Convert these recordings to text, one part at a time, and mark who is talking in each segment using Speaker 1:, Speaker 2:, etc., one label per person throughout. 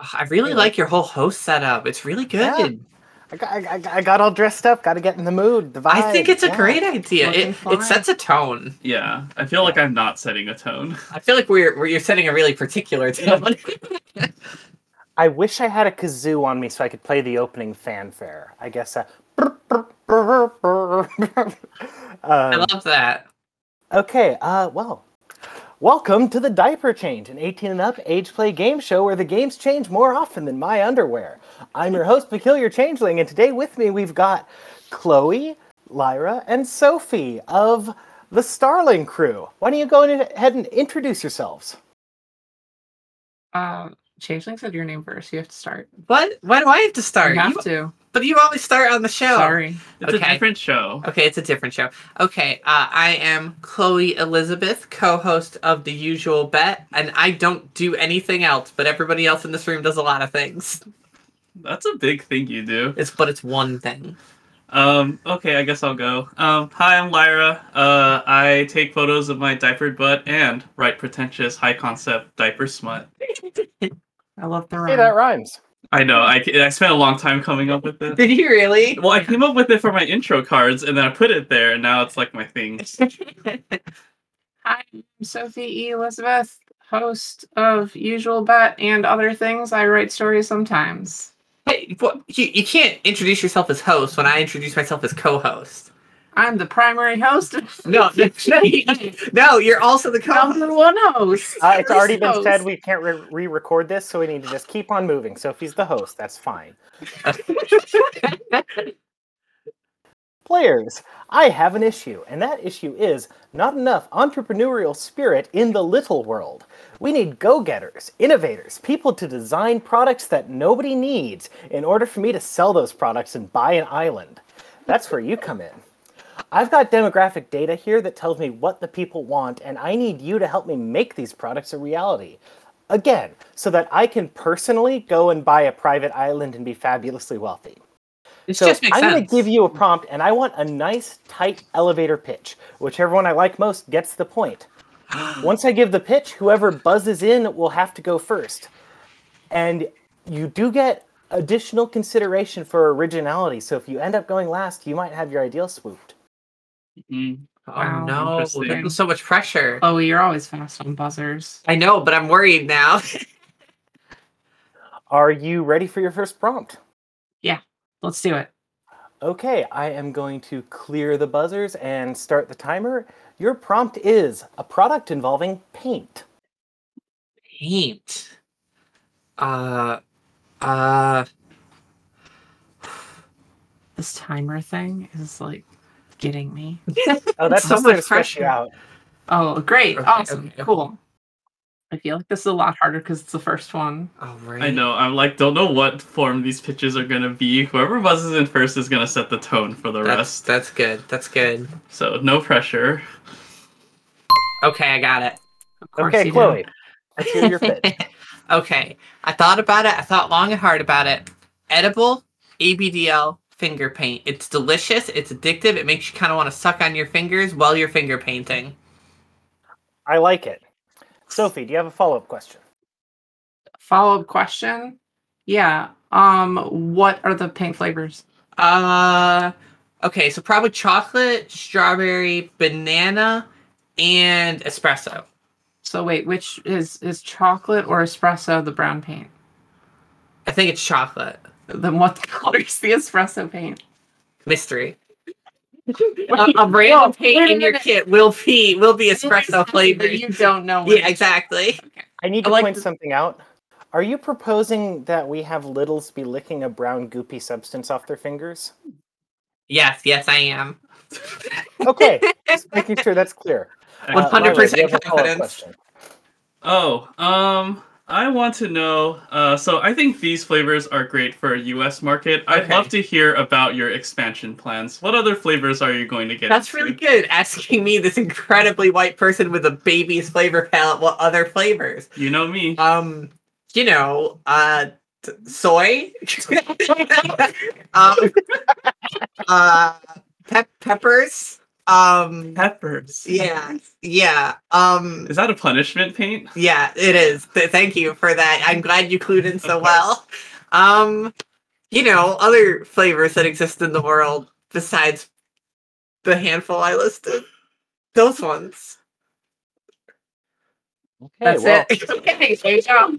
Speaker 1: I really
Speaker 2: Yeah.
Speaker 1: like your whole host setup. It's really good.
Speaker 2: Yeah. I got, I, got- I got all dressed up. Got to get in the mood. The vibe.
Speaker 1: I think it's a
Speaker 2: yeah.
Speaker 1: great idea.
Speaker 2: Looking
Speaker 1: It,
Speaker 2: fine.
Speaker 1: it sets a tone.
Speaker 3: Yeah, I feel like I'm not setting a tone.
Speaker 1: I feel like we're, we're you're setting a really particular tone.
Speaker 2: I wish I had a kazoo on me so I could play the opening fanfare. I guess. Uh,
Speaker 1: I
Speaker 2: um,
Speaker 1: love that.
Speaker 2: okay. Uh, well, welcome to the diaper change, an 18 and up age play game show where the games change more often than my underwear. I'm your host, Peculiar Changeling, and today with me we've got Chloe, Lyra, and Sophie of the Starling Crew. Why don't you go in ahead and introduce yourselves?
Speaker 4: Um, Changeling said your name first. You have to start.
Speaker 1: What? Why do I have to start?
Speaker 4: You have
Speaker 1: You-
Speaker 4: to.
Speaker 1: but you always start on the show.
Speaker 4: Sorry.
Speaker 3: It's
Speaker 1: Okay.
Speaker 3: a different show.
Speaker 1: Okay, it's a different show. Okay, uh, I am Chloe Elizabeth, co-host of The Usual Bet, and I don't do anything else, but everybody else in this room does a lot of things.
Speaker 3: That's a big thing you do.
Speaker 1: It's but it's one thing.
Speaker 3: Um, okay, I guess I'll go. Um, hi, I'm Lyra. Uh, I take photos of my diapered butt and write pretentious, high concept diaper smut.
Speaker 4: I love the
Speaker 2: Hey, that
Speaker 4: rhyme.
Speaker 2: rhymes.
Speaker 3: I know. I, I spent a long time coming up with it.
Speaker 1: Did you really?
Speaker 3: Well, I came up with it for my intro cards, and then I put it there, and now it's like my thing.
Speaker 4: Hi, I'm Sophie E. Elizabeth, host of Usual Bet and other things. I write stories sometimes.
Speaker 1: Hey, what, you, you can't introduce yourself as host when I introduce myself as co-host.
Speaker 4: I'm the primary host.
Speaker 1: No, no, no, you're also the
Speaker 4: I'm
Speaker 1: co-host.
Speaker 4: the one host.
Speaker 2: Uh, it's already been
Speaker 4: Host.
Speaker 2: said we can't re- re-record this, so we need to just keep on moving. Sophie's the host. That's fine. Players, I have an issue, and that issue is not enough entrepreneurial spirit in the little world. We need go-getters, innovators, people to design products that nobody needs in order for me to sell those products and buy an island. That's where you come in. I've got demographic data here that tells me what the people want, and I need you to help me make these products a reality. Again, so that I can personally go and buy a private island and be fabulously wealthy.
Speaker 1: It
Speaker 2: So
Speaker 1: just makes
Speaker 2: I'm going
Speaker 1: sense.
Speaker 2: to give you a prompt, and I want a nice, tight elevator pitch. Whichever one I like most gets the point. Once I give the pitch, whoever buzzes in will have to go first. And you do get additional consideration for originality. So if you end up going last, you might have your ideal swooped.
Speaker 3: Mm.
Speaker 1: oh
Speaker 4: Wow.
Speaker 1: no, that's
Speaker 3: Interesting.
Speaker 1: so much pressure.
Speaker 4: Chloe, Oh, you're always fast on buzzers.
Speaker 1: I know, but I'm worried now.
Speaker 2: Are you ready for your first prompt?
Speaker 4: Let's do it.
Speaker 2: Okay, I am going to clear the buzzers and start the timer. Your prompt is a product involving paint.
Speaker 1: paint. Uh, uh,
Speaker 4: This timer thing is like getting me.
Speaker 2: Oh, that's
Speaker 1: So
Speaker 2: just going to
Speaker 1: much
Speaker 2: stress you
Speaker 1: pressure.
Speaker 2: out.
Speaker 4: Oh, great.
Speaker 1: Okay,
Speaker 4: awesome.
Speaker 1: okay, okay.
Speaker 4: Cool. I feel like this is a lot harder because it's the first one.
Speaker 1: all right.
Speaker 3: I know. I'm like, don't know what form these pitches are gonna be. Whoever buzzes in first is gonna set the tone for the
Speaker 1: That's
Speaker 3: rest.
Speaker 1: that's good. That's good.
Speaker 3: So no pressure.
Speaker 1: Okay, I got it.
Speaker 4: Of course
Speaker 2: Okay,
Speaker 4: you do.
Speaker 2: Chloe, let's hear your pitch.
Speaker 1: okay, I thought about it. I thought long and hard about it. Edible ABDL finger paint. It's delicious. It's addictive. It makes you kind of want to suck on your fingers while you're finger painting.
Speaker 2: I like it. Sophie, do you have a follow up question?
Speaker 4: follow up question. Yeah. Um, what are the paint flavors?
Speaker 1: Uh, okay, so probably chocolate, strawberry, banana, and espresso.
Speaker 4: So wait, which is is chocolate or espresso the brown paint?
Speaker 1: I think it's chocolate.
Speaker 4: Then what color is the espresso paint?
Speaker 1: Mystery. a, a random paint in your kit will be will be espresso flavored.
Speaker 4: You don't know.
Speaker 1: Yeah, exactly.
Speaker 2: I need
Speaker 1: I
Speaker 2: to
Speaker 1: like
Speaker 2: point
Speaker 1: the-
Speaker 2: something out. Are you proposing that we have littles be licking a brown goopy substance off their fingers?
Speaker 1: Yes, yes, I am.
Speaker 2: Okay, just making sure that's clear. Uh,
Speaker 1: One
Speaker 2: Lyra,
Speaker 1: hundred
Speaker 2: do you
Speaker 1: percent
Speaker 2: have a follow-up
Speaker 1: confidence.
Speaker 2: question?
Speaker 3: Oh, um, I want to know. Uh, so I think these flavors are great for a U.S. market. I'd
Speaker 1: Okay.
Speaker 3: love to hear about your expansion plans. What other flavors are you going to get?
Speaker 1: That's
Speaker 3: into?
Speaker 1: really good. Asking me, this incredibly white person with a baby's flavor palette, what other flavors?
Speaker 3: You know me.
Speaker 1: Um, you know, uh, t- soy, um, uh, pep- peppers, Um,
Speaker 3: Peppers.
Speaker 1: yeah, yeah. Um,
Speaker 3: Is that a punishment paint?
Speaker 1: Yeah, it is. Th- thank you for that. I'm glad you clued in so
Speaker 3: Of course.
Speaker 1: well. Um, you know, other flavors that exist in the world besides the handful I listed. Those ones.
Speaker 2: Okay,
Speaker 4: That's
Speaker 2: well,
Speaker 4: it. Okay, there you go.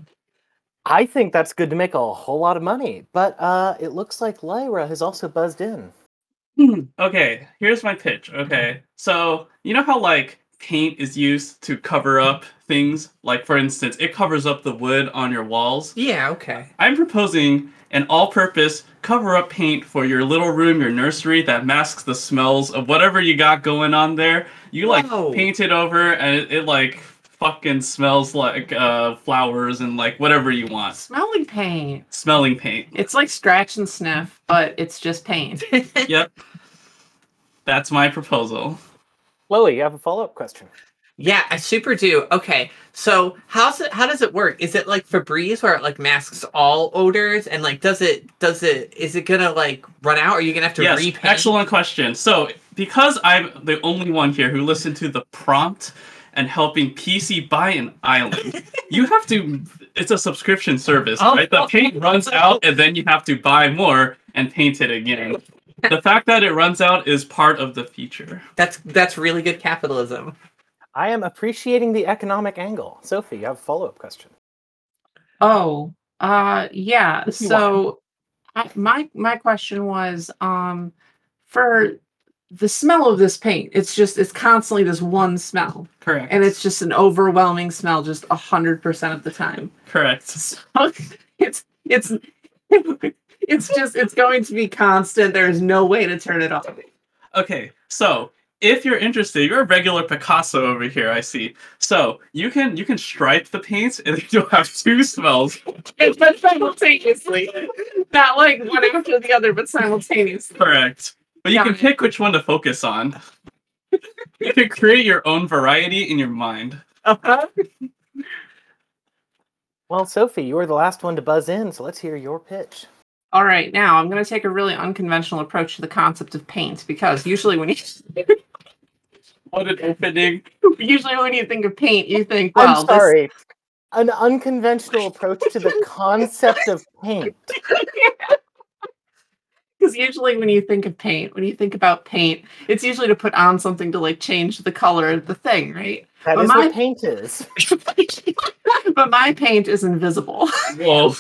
Speaker 2: I think that's good to make a whole lot of money. But uh, it looks like Lyra has also buzzed in.
Speaker 3: Okay, here's my pitch. Okay, so you know how like paint is used to cover up things? Like, for instance, it covers up the wood on your walls.
Speaker 1: Yeah, okay.
Speaker 3: I'm proposing an all purpose cover up paint for your little room, your nursery that masks the smells of whatever you got going on there. You like
Speaker 1: Whoa.
Speaker 3: paint it over and it, it like fucking smells like uh, flowers and like whatever you want.
Speaker 4: Smelling paint.
Speaker 3: Smelling paint.
Speaker 4: It's like scratch and sniff, but it's just paint.
Speaker 3: yep. That's my proposal.
Speaker 2: Chloe, you have a follow up question.
Speaker 1: Yeah, I super do. Okay, so how's it? How does it work? Is it like Febreze, where it like masks all odors, and like does it? Does it? Is it gonna like run out? Or are you gonna have to
Speaker 3: yes,
Speaker 1: repaint?
Speaker 3: excellent question. So, because I'm the only one here who listened to the prompt and helping PC buy an island, you have to. It's a subscription service,
Speaker 1: Oh.
Speaker 3: right? The paint runs out, and then you have to buy more and paint it again. The fact that it runs out is part of the feature.
Speaker 1: That's that's really good capitalism.
Speaker 2: I am appreciating the economic angle. Sophie, you have a follow up question.
Speaker 4: Oh, uh, yeah.
Speaker 2: If you
Speaker 4: So, I, my my question was, um, for the smell of this paint, it's just it's constantly this one smell,
Speaker 3: Correct.
Speaker 4: and it's just an overwhelming smell, just a hundred percent of the time.
Speaker 3: correct.
Speaker 4: So it's it's it's just it's going to be constant. There is no way to turn it off.
Speaker 3: Okay, so if you're interested, you're a regular Picasso over here. I see. So you can you can stripe the paint, and you'll have two smells.
Speaker 4: It's but simultaneously, not like one after the other, but simultaneously.
Speaker 3: Correct. But you
Speaker 4: Got
Speaker 3: can
Speaker 4: it.
Speaker 3: pick which one to focus on. you can create your own variety in your mind.
Speaker 4: Uh-huh.
Speaker 2: Well, Sophie, you were the last one to buzz in, so let's hear your pitch.
Speaker 4: All right, now I'm going to take a really unconventional approach to the concept of paint because usually when you
Speaker 3: What an opening.
Speaker 4: usually when you think of paint, you think,
Speaker 2: I'm
Speaker 4: well, this-
Speaker 2: sorry. An unconventional approach to the concept of paint.
Speaker 4: Because usually when you think of paint, when you think about paint, it's usually to put on something to like change the color of the thing, right?
Speaker 2: That
Speaker 4: But
Speaker 2: is
Speaker 4: mine-
Speaker 2: what paint is.
Speaker 4: but my paint is invisible.
Speaker 3: Whoa.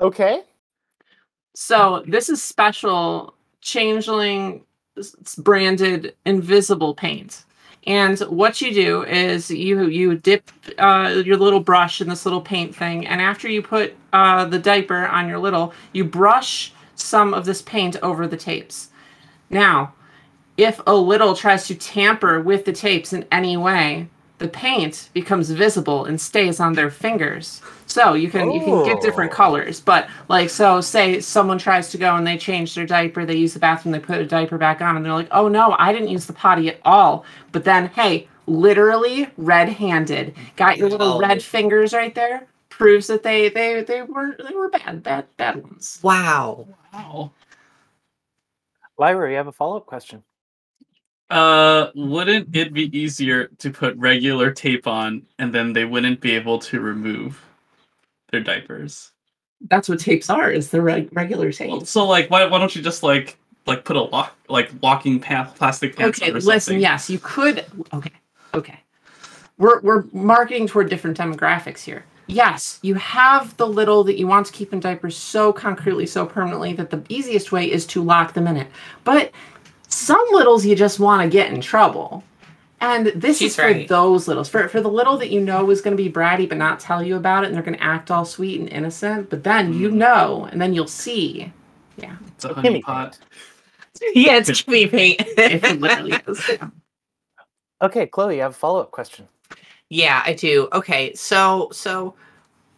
Speaker 2: Okay.
Speaker 4: So this is special changeling s- s- branded invisible paint. And what you do is you you dip uh, your little brush in this little paint thing, and after you put uh, the diaper on your little, you brush some of this paint over the tapes. Now, if a little tries to tamper with the tapes in any way, the paint becomes visible and stays on their fingers. So you can you can get different
Speaker 2: Oh.
Speaker 4: colors, but like so, say someone tries to go and they change their diaper, they use the bathroom, they put a diaper back on, and they're like, oh no, I didn't use the potty at all. But then, hey, literally red-handed, got your little
Speaker 1: Oh.
Speaker 4: red fingers right there. Proves that they they they were they were bad bad bad ones.
Speaker 1: Wow.
Speaker 3: Wow.
Speaker 2: Lyra, you have a follow up question.
Speaker 3: Uh, wouldn't it be easier to put regular tape on and then they wouldn't be able to remove their diapers?
Speaker 4: That's what tapes are. Is the reg- regular
Speaker 3: Well,
Speaker 4: tapes.
Speaker 3: So like why why don't you just like like put a lock like locking pa- plastic pants
Speaker 4: okay
Speaker 3: on or
Speaker 4: listen
Speaker 3: something?
Speaker 4: yes you could okay okay we're we're marketing toward different demographics here yes you have the little that you want to keep in diapers so concretely so permanently that the easiest way is to lock them in it but some littles you just want to get in trouble and this
Speaker 1: She's
Speaker 4: is for
Speaker 1: right.
Speaker 4: those littles for, for the little that you know is going to be bratty but not tell you about it and they're going to act all sweet and innocent but then
Speaker 1: Hmm.
Speaker 4: you know and then you'll see
Speaker 3: It's a honey
Speaker 2: Gimme
Speaker 3: pot.
Speaker 2: paint.
Speaker 1: Yeah, it's me paint.
Speaker 4: if it literally is
Speaker 2: Okay, Chloe, you have a follow up question.
Speaker 1: Yeah, I do. Okay, so so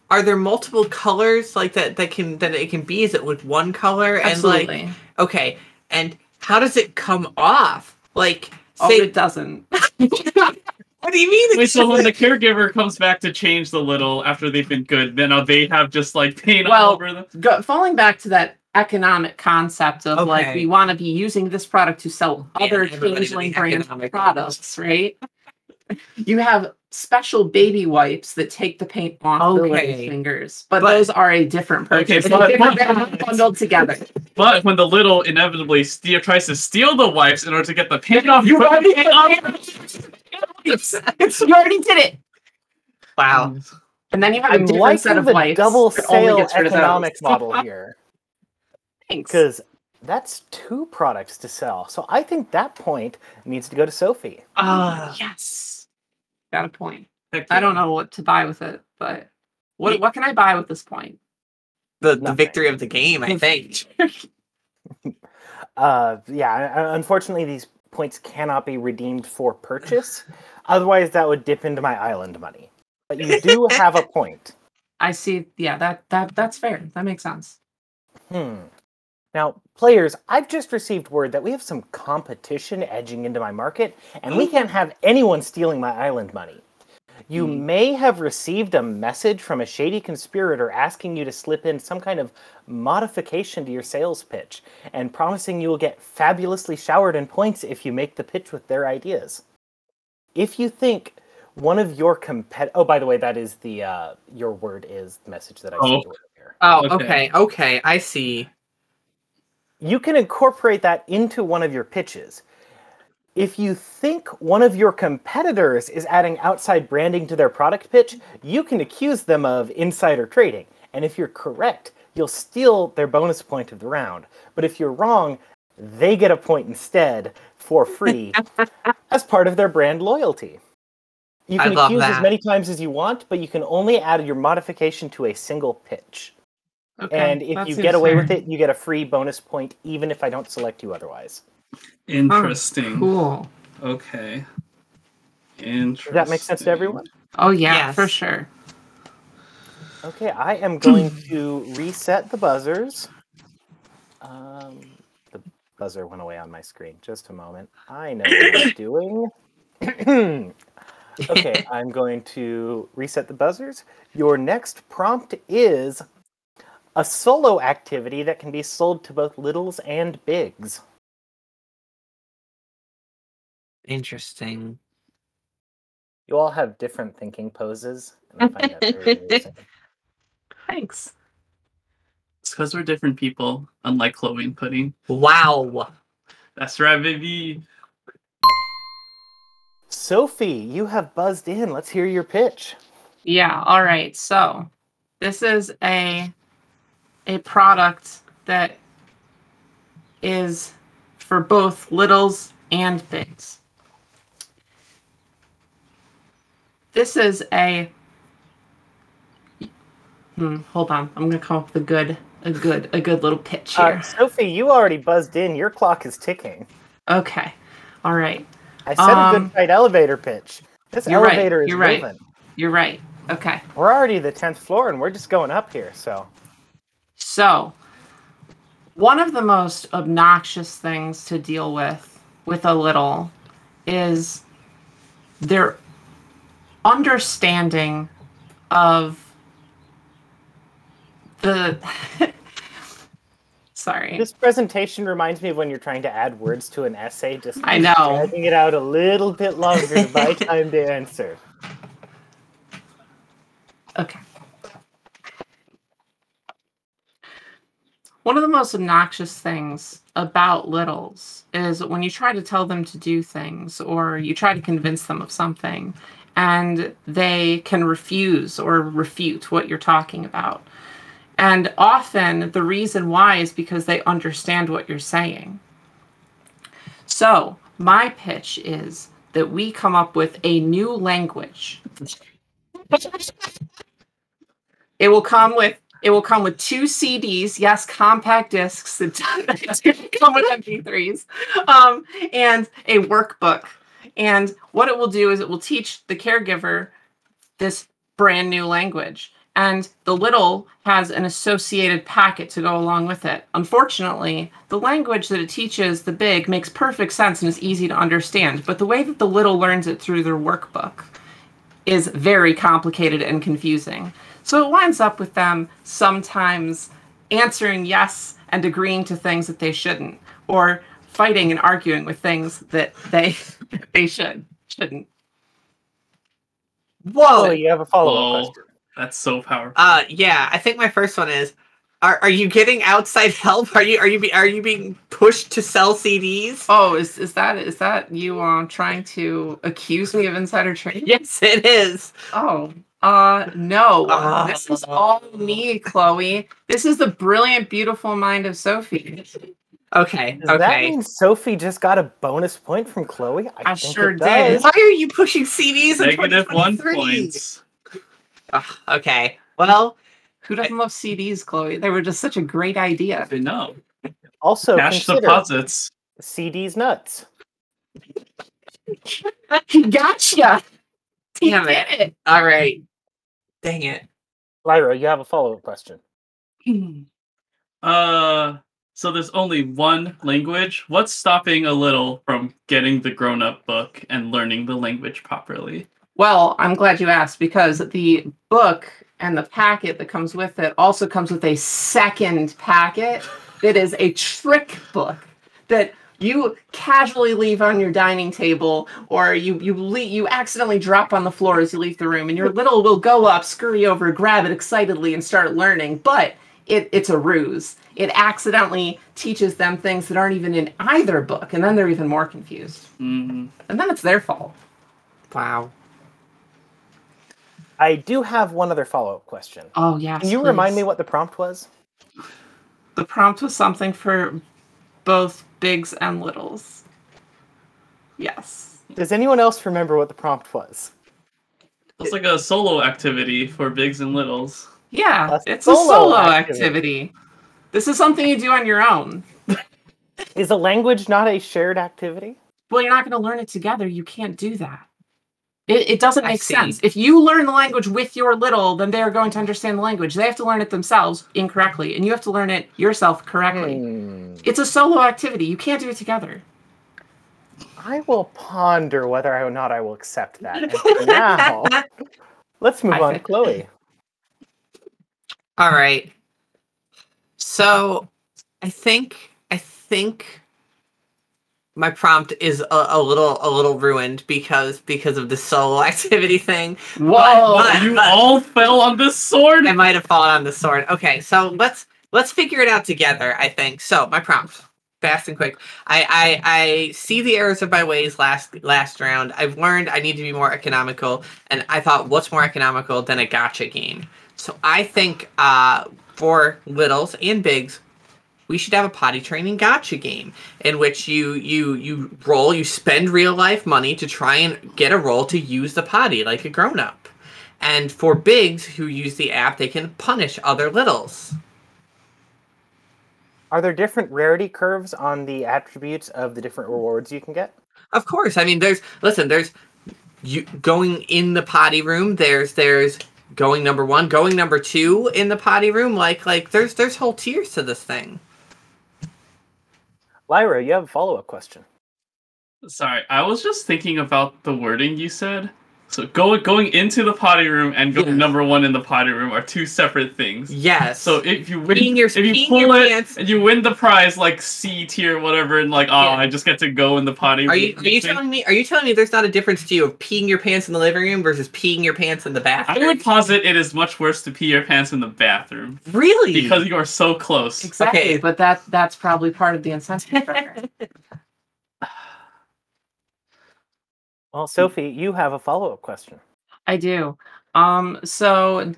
Speaker 1: are there multiple colors like that that can that it can be? Is it like one color and
Speaker 4: absolutely
Speaker 1: like okay, and how does it come off? Like
Speaker 4: oh,
Speaker 1: say,
Speaker 4: it doesn't
Speaker 1: what do you mean?
Speaker 3: Wait,
Speaker 1: it's
Speaker 3: so
Speaker 1: just
Speaker 3: when the
Speaker 1: like-
Speaker 3: caregiver comes back to change the little after they've been good, then uh, they have just like paint
Speaker 4: Well,
Speaker 3: all over them.
Speaker 4: go, falling back to that economic concept of like
Speaker 1: Okay.
Speaker 4: we want to be using this product to sell
Speaker 1: Man,
Speaker 4: other
Speaker 1: everybody with
Speaker 4: changeling
Speaker 1: the
Speaker 4: brand
Speaker 1: economic
Speaker 4: products, right? you have special baby wipes that take the paint off the
Speaker 1: Okay.
Speaker 4: little fingers, but,
Speaker 1: But-
Speaker 4: those are a different
Speaker 3: Okay,
Speaker 4: purchase.
Speaker 3: but-
Speaker 4: They're
Speaker 3: but-
Speaker 4: not bundled together.
Speaker 3: But when the little inevitably steal, tries to steal the wipes in order to get the paint off, you put the paint on-
Speaker 4: you already did it.
Speaker 1: Wow.
Speaker 4: And then you have a
Speaker 2: I'm
Speaker 4: different
Speaker 2: liking
Speaker 4: set of
Speaker 2: the
Speaker 4: wipes.
Speaker 2: double
Speaker 4: that only
Speaker 2: sale
Speaker 4: gets rid of those.
Speaker 2: economic model here
Speaker 4: Thanks.
Speaker 2: because that's two products to sell. So I think that point needs to go to Sophie.
Speaker 1: Ah.
Speaker 4: yes. Got a point.
Speaker 3: Heck
Speaker 4: I don't
Speaker 3: yeah.
Speaker 4: know what to buy with it, but
Speaker 1: Ye-
Speaker 4: what what can I buy with this point?
Speaker 1: the, the
Speaker 2: Nothing.
Speaker 1: victory of the game, I think.
Speaker 2: Uh, yeah, un- unfortunately, these points cannot be redeemed for purchase. Otherwise, that would dip into my island money. But you do have a point.
Speaker 4: I see. Yeah, that that that's fair. That makes sense.
Speaker 2: Hmm. Now, players, I've just received word that we have some competition edging into my market, and we can't have anyone stealing my island money. You
Speaker 3: Hmm.
Speaker 2: may have received a message from a shady conspirator asking you to slip in some kind of modification to your sales pitch and promising you will get fabulously showered in points if you make the pitch with their ideas. If you think one of your compet oh by the way that is the uh, your word is the message that I
Speaker 3: Oh.
Speaker 2: sent you earlier.
Speaker 1: Oh,
Speaker 3: Okay.
Speaker 1: okay. Okay. I see.
Speaker 2: you can incorporate that into one of your pitches. If you think one of your competitors is adding outside branding to their product pitch, you can accuse them of insider trading. And if you're correct, you'll steal their bonus point of the round. But if you're wrong, they get a point instead for free as part of their brand loyalty. You
Speaker 1: I
Speaker 2: can
Speaker 1: love
Speaker 2: accuse as
Speaker 1: that.
Speaker 2: many times as you want, but you can only add your modification to a single pitch
Speaker 4: Okay.
Speaker 2: and
Speaker 4: that
Speaker 2: if you
Speaker 4: seems
Speaker 2: get away
Speaker 4: fair.
Speaker 2: with it, you get a free bonus point, even if I don't select you otherwise.
Speaker 3: Interesting.
Speaker 4: cool.
Speaker 3: Okay. Interesting.
Speaker 2: that make sense to everyone?
Speaker 4: Oh yeah,
Speaker 1: Yes.
Speaker 4: for sure.
Speaker 2: Okay, I am
Speaker 4: Hmm.
Speaker 2: going to reset the buzzers. Um, the buzzer went away on my screen. Just a moment. I know what I'm doing. okay, I'm going to reset the buzzers. Your next prompt is a solo activity that can be sold to both littles and bigs.
Speaker 1: Interesting.
Speaker 2: You all have different thinking poses. And I find that very amusing.
Speaker 4: Thanks.
Speaker 3: It's because we're different people, unlike Chloe and Pudding.
Speaker 1: Wow.
Speaker 3: That's right, baby.
Speaker 2: Sophie, you have buzzed in. Let's hear your pitch.
Speaker 4: Yeah. All right. So this is a a product that is for both littles and bigs. This is a hmm, hold on. I'm gonna come up with a good a good a good little pitch
Speaker 2: Uh,
Speaker 4: here.
Speaker 2: Sophie, you already buzzed in. Your clock is ticking.
Speaker 4: okay. All right.
Speaker 2: I said a
Speaker 4: Um,
Speaker 2: good fight elevator pitch. This
Speaker 4: you're right,
Speaker 2: elevator is
Speaker 4: you're right.
Speaker 2: moving.
Speaker 4: You're right. Okay.
Speaker 2: We're already the 10th floor and we're just going up here. So,
Speaker 4: So, one of the most obnoxious things to deal with with a little is their understanding of the. Sorry.
Speaker 2: this presentation reminds me of when you're trying to add words to an essay, just
Speaker 4: I know.
Speaker 2: dragging it out a little bit longer to buy time to answer.
Speaker 4: Okay. One of the most obnoxious things about littles is when you try to tell them to do things or you try to convince them of something and they can refuse or refute what you're talking about. And often the reason why is because they understand what you're saying. So, my pitch is that we come up with a new language It will come with it will come with two CDs, yes, compact discs. It doesn't come with MP3s, um, and a workbook. And what it will do is it will teach the caregiver this brand new language. And the little has an associated packet to go along with it. Unfortunately, the language that it teaches the big makes perfect sense and is easy to understand. But the way that the little learns it through their workbook is very complicated and confusing. So it winds up with them sometimes answering yes and agreeing to things that they shouldn't, or fighting and arguing with things that they they should shouldn't.
Speaker 2: Oh,
Speaker 1: Whoa.
Speaker 2: you have a follow
Speaker 3: Whoa.
Speaker 2: up question.
Speaker 3: That's so powerful.
Speaker 1: Uh, yeah. I think my first one is: Are are you getting outside help? Are you are you be, are you being pushed to sell CDs?
Speaker 4: Oh, is is that is that you um trying to accuse me of insider trading?
Speaker 1: Yes, it is.
Speaker 4: Oh, uh, no.
Speaker 1: Ah.
Speaker 4: This is all me, Chloe. This is the brilliant, beautiful mind of Sophie.
Speaker 1: Okay.
Speaker 2: Does that
Speaker 1: Okay.
Speaker 2: mean Sophie just got a bonus point from Chloe?
Speaker 4: I sure
Speaker 2: it
Speaker 4: did.
Speaker 2: does.
Speaker 1: Why are you pushing CDs? in
Speaker 3: Negative one
Speaker 1: 2023?
Speaker 3: point.
Speaker 1: Ugh, okay. Well,
Speaker 4: Who doesn't love CDs, Chloe? They were just such a great idea.
Speaker 3: But no.
Speaker 2: Also,
Speaker 3: Cash
Speaker 2: consider
Speaker 3: deposits.
Speaker 2: CD's nuts.
Speaker 4: gotcha. He
Speaker 1: Damn
Speaker 4: did it.
Speaker 1: all right. Dang it.
Speaker 2: Lyra, you have a follow up question.
Speaker 3: Uh, so there's only one language. What's stopping a little from getting the grown up book and learning the language properly?
Speaker 4: Well, I'm glad you asked because the book and the packet that comes with it also comes with a second packet that is a trick book that you casually leave on your dining table or you you le- you accidentally drop on the floor as you leave the room and your little will go up, scurry over, grab it excitedly and start learning, but it, it's a ruse. It accidentally teaches them things that aren't even in either book, and then they're even more confused.
Speaker 3: Mhm.
Speaker 4: And then it's their fault.
Speaker 1: Wow.
Speaker 2: I do have one other follow up question.
Speaker 4: Oh yeah.
Speaker 2: Can you remind me what the prompt was?
Speaker 4: the prompt was something for both bigs and littles. Yes.
Speaker 2: Does anyone else remember what the prompt was?
Speaker 3: It's like a solo activity for bigs and littles.
Speaker 4: Yeah,
Speaker 2: A
Speaker 4: it's a solo,
Speaker 2: solo
Speaker 4: activity. This is something you do on your own.
Speaker 2: Is a language not a shared activity?
Speaker 4: Well, you're not going to learn it together. You can't do that. It, it doesn't
Speaker 1: I
Speaker 4: make
Speaker 1: see.
Speaker 4: sense. If you learn the language with your little, then they are going to understand the language. They have to learn it themselves incorrectly, and you have to learn it yourself correctly.
Speaker 2: Hmm.
Speaker 4: It's a solo activity. You can't do it together.
Speaker 2: I will ponder whether or not I will accept that. And for now, let's move
Speaker 4: I
Speaker 2: on to
Speaker 4: think-
Speaker 2: Chloe.
Speaker 1: All right. So, I think I think my prompt is a, a little a little ruined because because of the solo activity thing.
Speaker 4: Whoa!
Speaker 1: But-
Speaker 3: you
Speaker 1: but-
Speaker 3: all fell on this sword.
Speaker 1: I might have fallen on the sword. Okay, so let's let's figure it out together. I think so. My prompt, fast and quick. I I, I see the errors of my ways last last round. I've learned I need to be more economical, and I thought, what's more economical than a gotcha game? So I think uh, for littles and bigs, we should have a potty training gotcha game in which you you you roll, you spend real life money to try and get a roll to use the potty like a grown up. And for bigs who use the app, they can punish other littles.
Speaker 2: Are there different rarity curves on the attributes of the different rewards you can get?
Speaker 1: Of course, I mean there's listen, there's you going in the potty room, there's there's going number 1, going number 2 in the potty room like like there's there's whole tiers to this thing.
Speaker 2: Lyra, you have a follow up question.
Speaker 3: Sorry, I was just thinking about the wording you said. So go, going into the potty room and going
Speaker 1: Yes.
Speaker 3: number one in the potty room are two separate things.
Speaker 1: Yes.
Speaker 3: So if you win,
Speaker 1: Peeing your-
Speaker 3: if you
Speaker 1: peeing
Speaker 3: pull
Speaker 1: your
Speaker 3: it
Speaker 1: pants.
Speaker 3: and you win the prize, like C tier, whatever, and like, oh,
Speaker 1: Yeah.
Speaker 3: I just get to go in the potty.
Speaker 1: are you
Speaker 3: room
Speaker 1: are you
Speaker 3: next thing.
Speaker 1: telling me are you telling me there's not a difference to you of peeing your pants in the living room versus peeing your pants in the
Speaker 3: I
Speaker 1: bathroom?
Speaker 3: would posit it is much worse to pee your pants in the bathroom
Speaker 1: really
Speaker 3: because you are so close.
Speaker 4: Exactly,
Speaker 1: Okay.
Speaker 4: but that that's probably part of the incentive. structure.
Speaker 2: Well, Sophie, you have a follow up question.
Speaker 4: I do. Um, so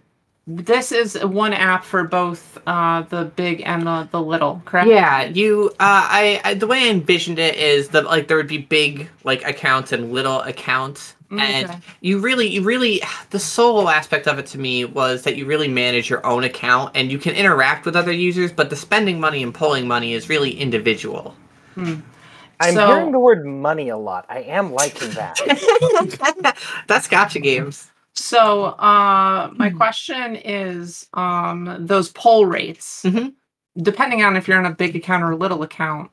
Speaker 4: this is one app for both uh, the big and the, the little, correct?
Speaker 1: Yeah, you. Uh, I, I the way I envisioned it is that like there would be big like accounts and little accounts,
Speaker 4: Okay.
Speaker 1: and you really, you really, the solo aspect of it to me was that you really manage your own account and you can interact with other users, but the spending money and pulling money is really individual.
Speaker 2: I'm
Speaker 4: So-
Speaker 2: hearing the word money a lot. I am liking that.
Speaker 1: That's gotcha games.
Speaker 4: So uh, my
Speaker 1: Hmm.
Speaker 4: question is um, those poll rates,
Speaker 1: Mhm.
Speaker 4: depending on if you're in a big account or a little account,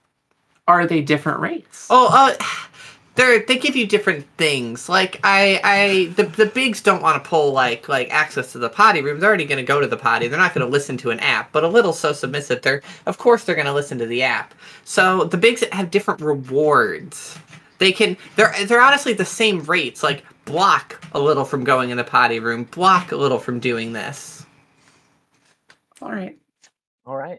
Speaker 4: are they different rates?
Speaker 1: Oh, uh, they're they give you different things. Like I I the the bigs don't want to pull like like access to the potty room. They're already going to go to the potty. They're not going to listen to an app. But a little so submissive, they're of course they're going to listen to the app. So the bigs have different rewards. They can they're they're honestly the same rates. Like block a little from going in the potty room. Block a little from doing this.
Speaker 4: All right.
Speaker 2: All right.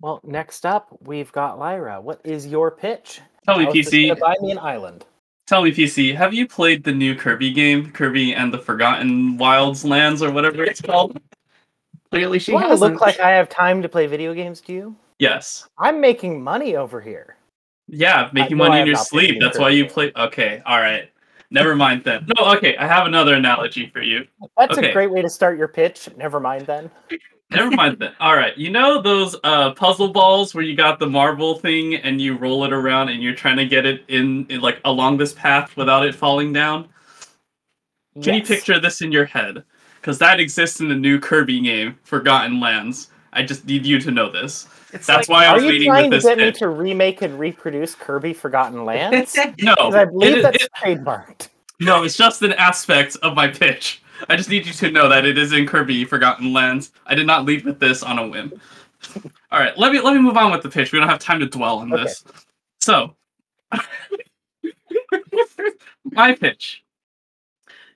Speaker 2: Well, next up we've got Lyra. What is your pitch?
Speaker 3: Tell me,
Speaker 2: How is this
Speaker 3: PC.
Speaker 2: gonna Buy me an island.
Speaker 3: Tell me, PC. Have you played the new Kirby game, Kirby and the Forgotten Wilds Lands, or whatever it's called?
Speaker 4: Clearly, she
Speaker 2: Do I
Speaker 4: has
Speaker 2: look like I have time to play video games? Do you?
Speaker 3: Yes.
Speaker 2: I'm making money over here.
Speaker 3: Yeah, making
Speaker 2: no, I
Speaker 3: money
Speaker 2: have
Speaker 3: in your
Speaker 2: not played the
Speaker 3: sleep.
Speaker 2: new
Speaker 3: That's why you play.
Speaker 2: Kirby
Speaker 3: Okay. All right. Never mind then. No. Okay. I have another analogy for you.
Speaker 2: That's a
Speaker 3: Okay.
Speaker 2: great way to start your pitch. Never mind then.
Speaker 3: Never mind then. All right. You know those uh, puzzle balls where you got the marble thing and you roll it around and you're trying to get it in, in like along this path without it falling down. Can
Speaker 2: Yes.
Speaker 3: you picture this in your head? Because that exists in the new Kirby game, Forgotten Lands. I just need you to know this.
Speaker 1: It's like-
Speaker 3: That's why I
Speaker 2: Are
Speaker 3: was
Speaker 2: you
Speaker 3: leading with
Speaker 2: trying to
Speaker 3: this.
Speaker 2: get me
Speaker 3: pitch.
Speaker 2: to remake and reproduce Kirby Forgotten Lands?
Speaker 3: No,
Speaker 2: 'Cause I believe
Speaker 3: it-
Speaker 2: that's
Speaker 3: it-
Speaker 2: trademarked.
Speaker 3: no, it's just an aspect of my pitch. I just need you to know that it is in Kirby Forgotten Lands. I did not lead with this on a whim. All right, let me let me move on with the pitch. We don't have time to dwell on
Speaker 2: Okay.
Speaker 3: this. So, my pitch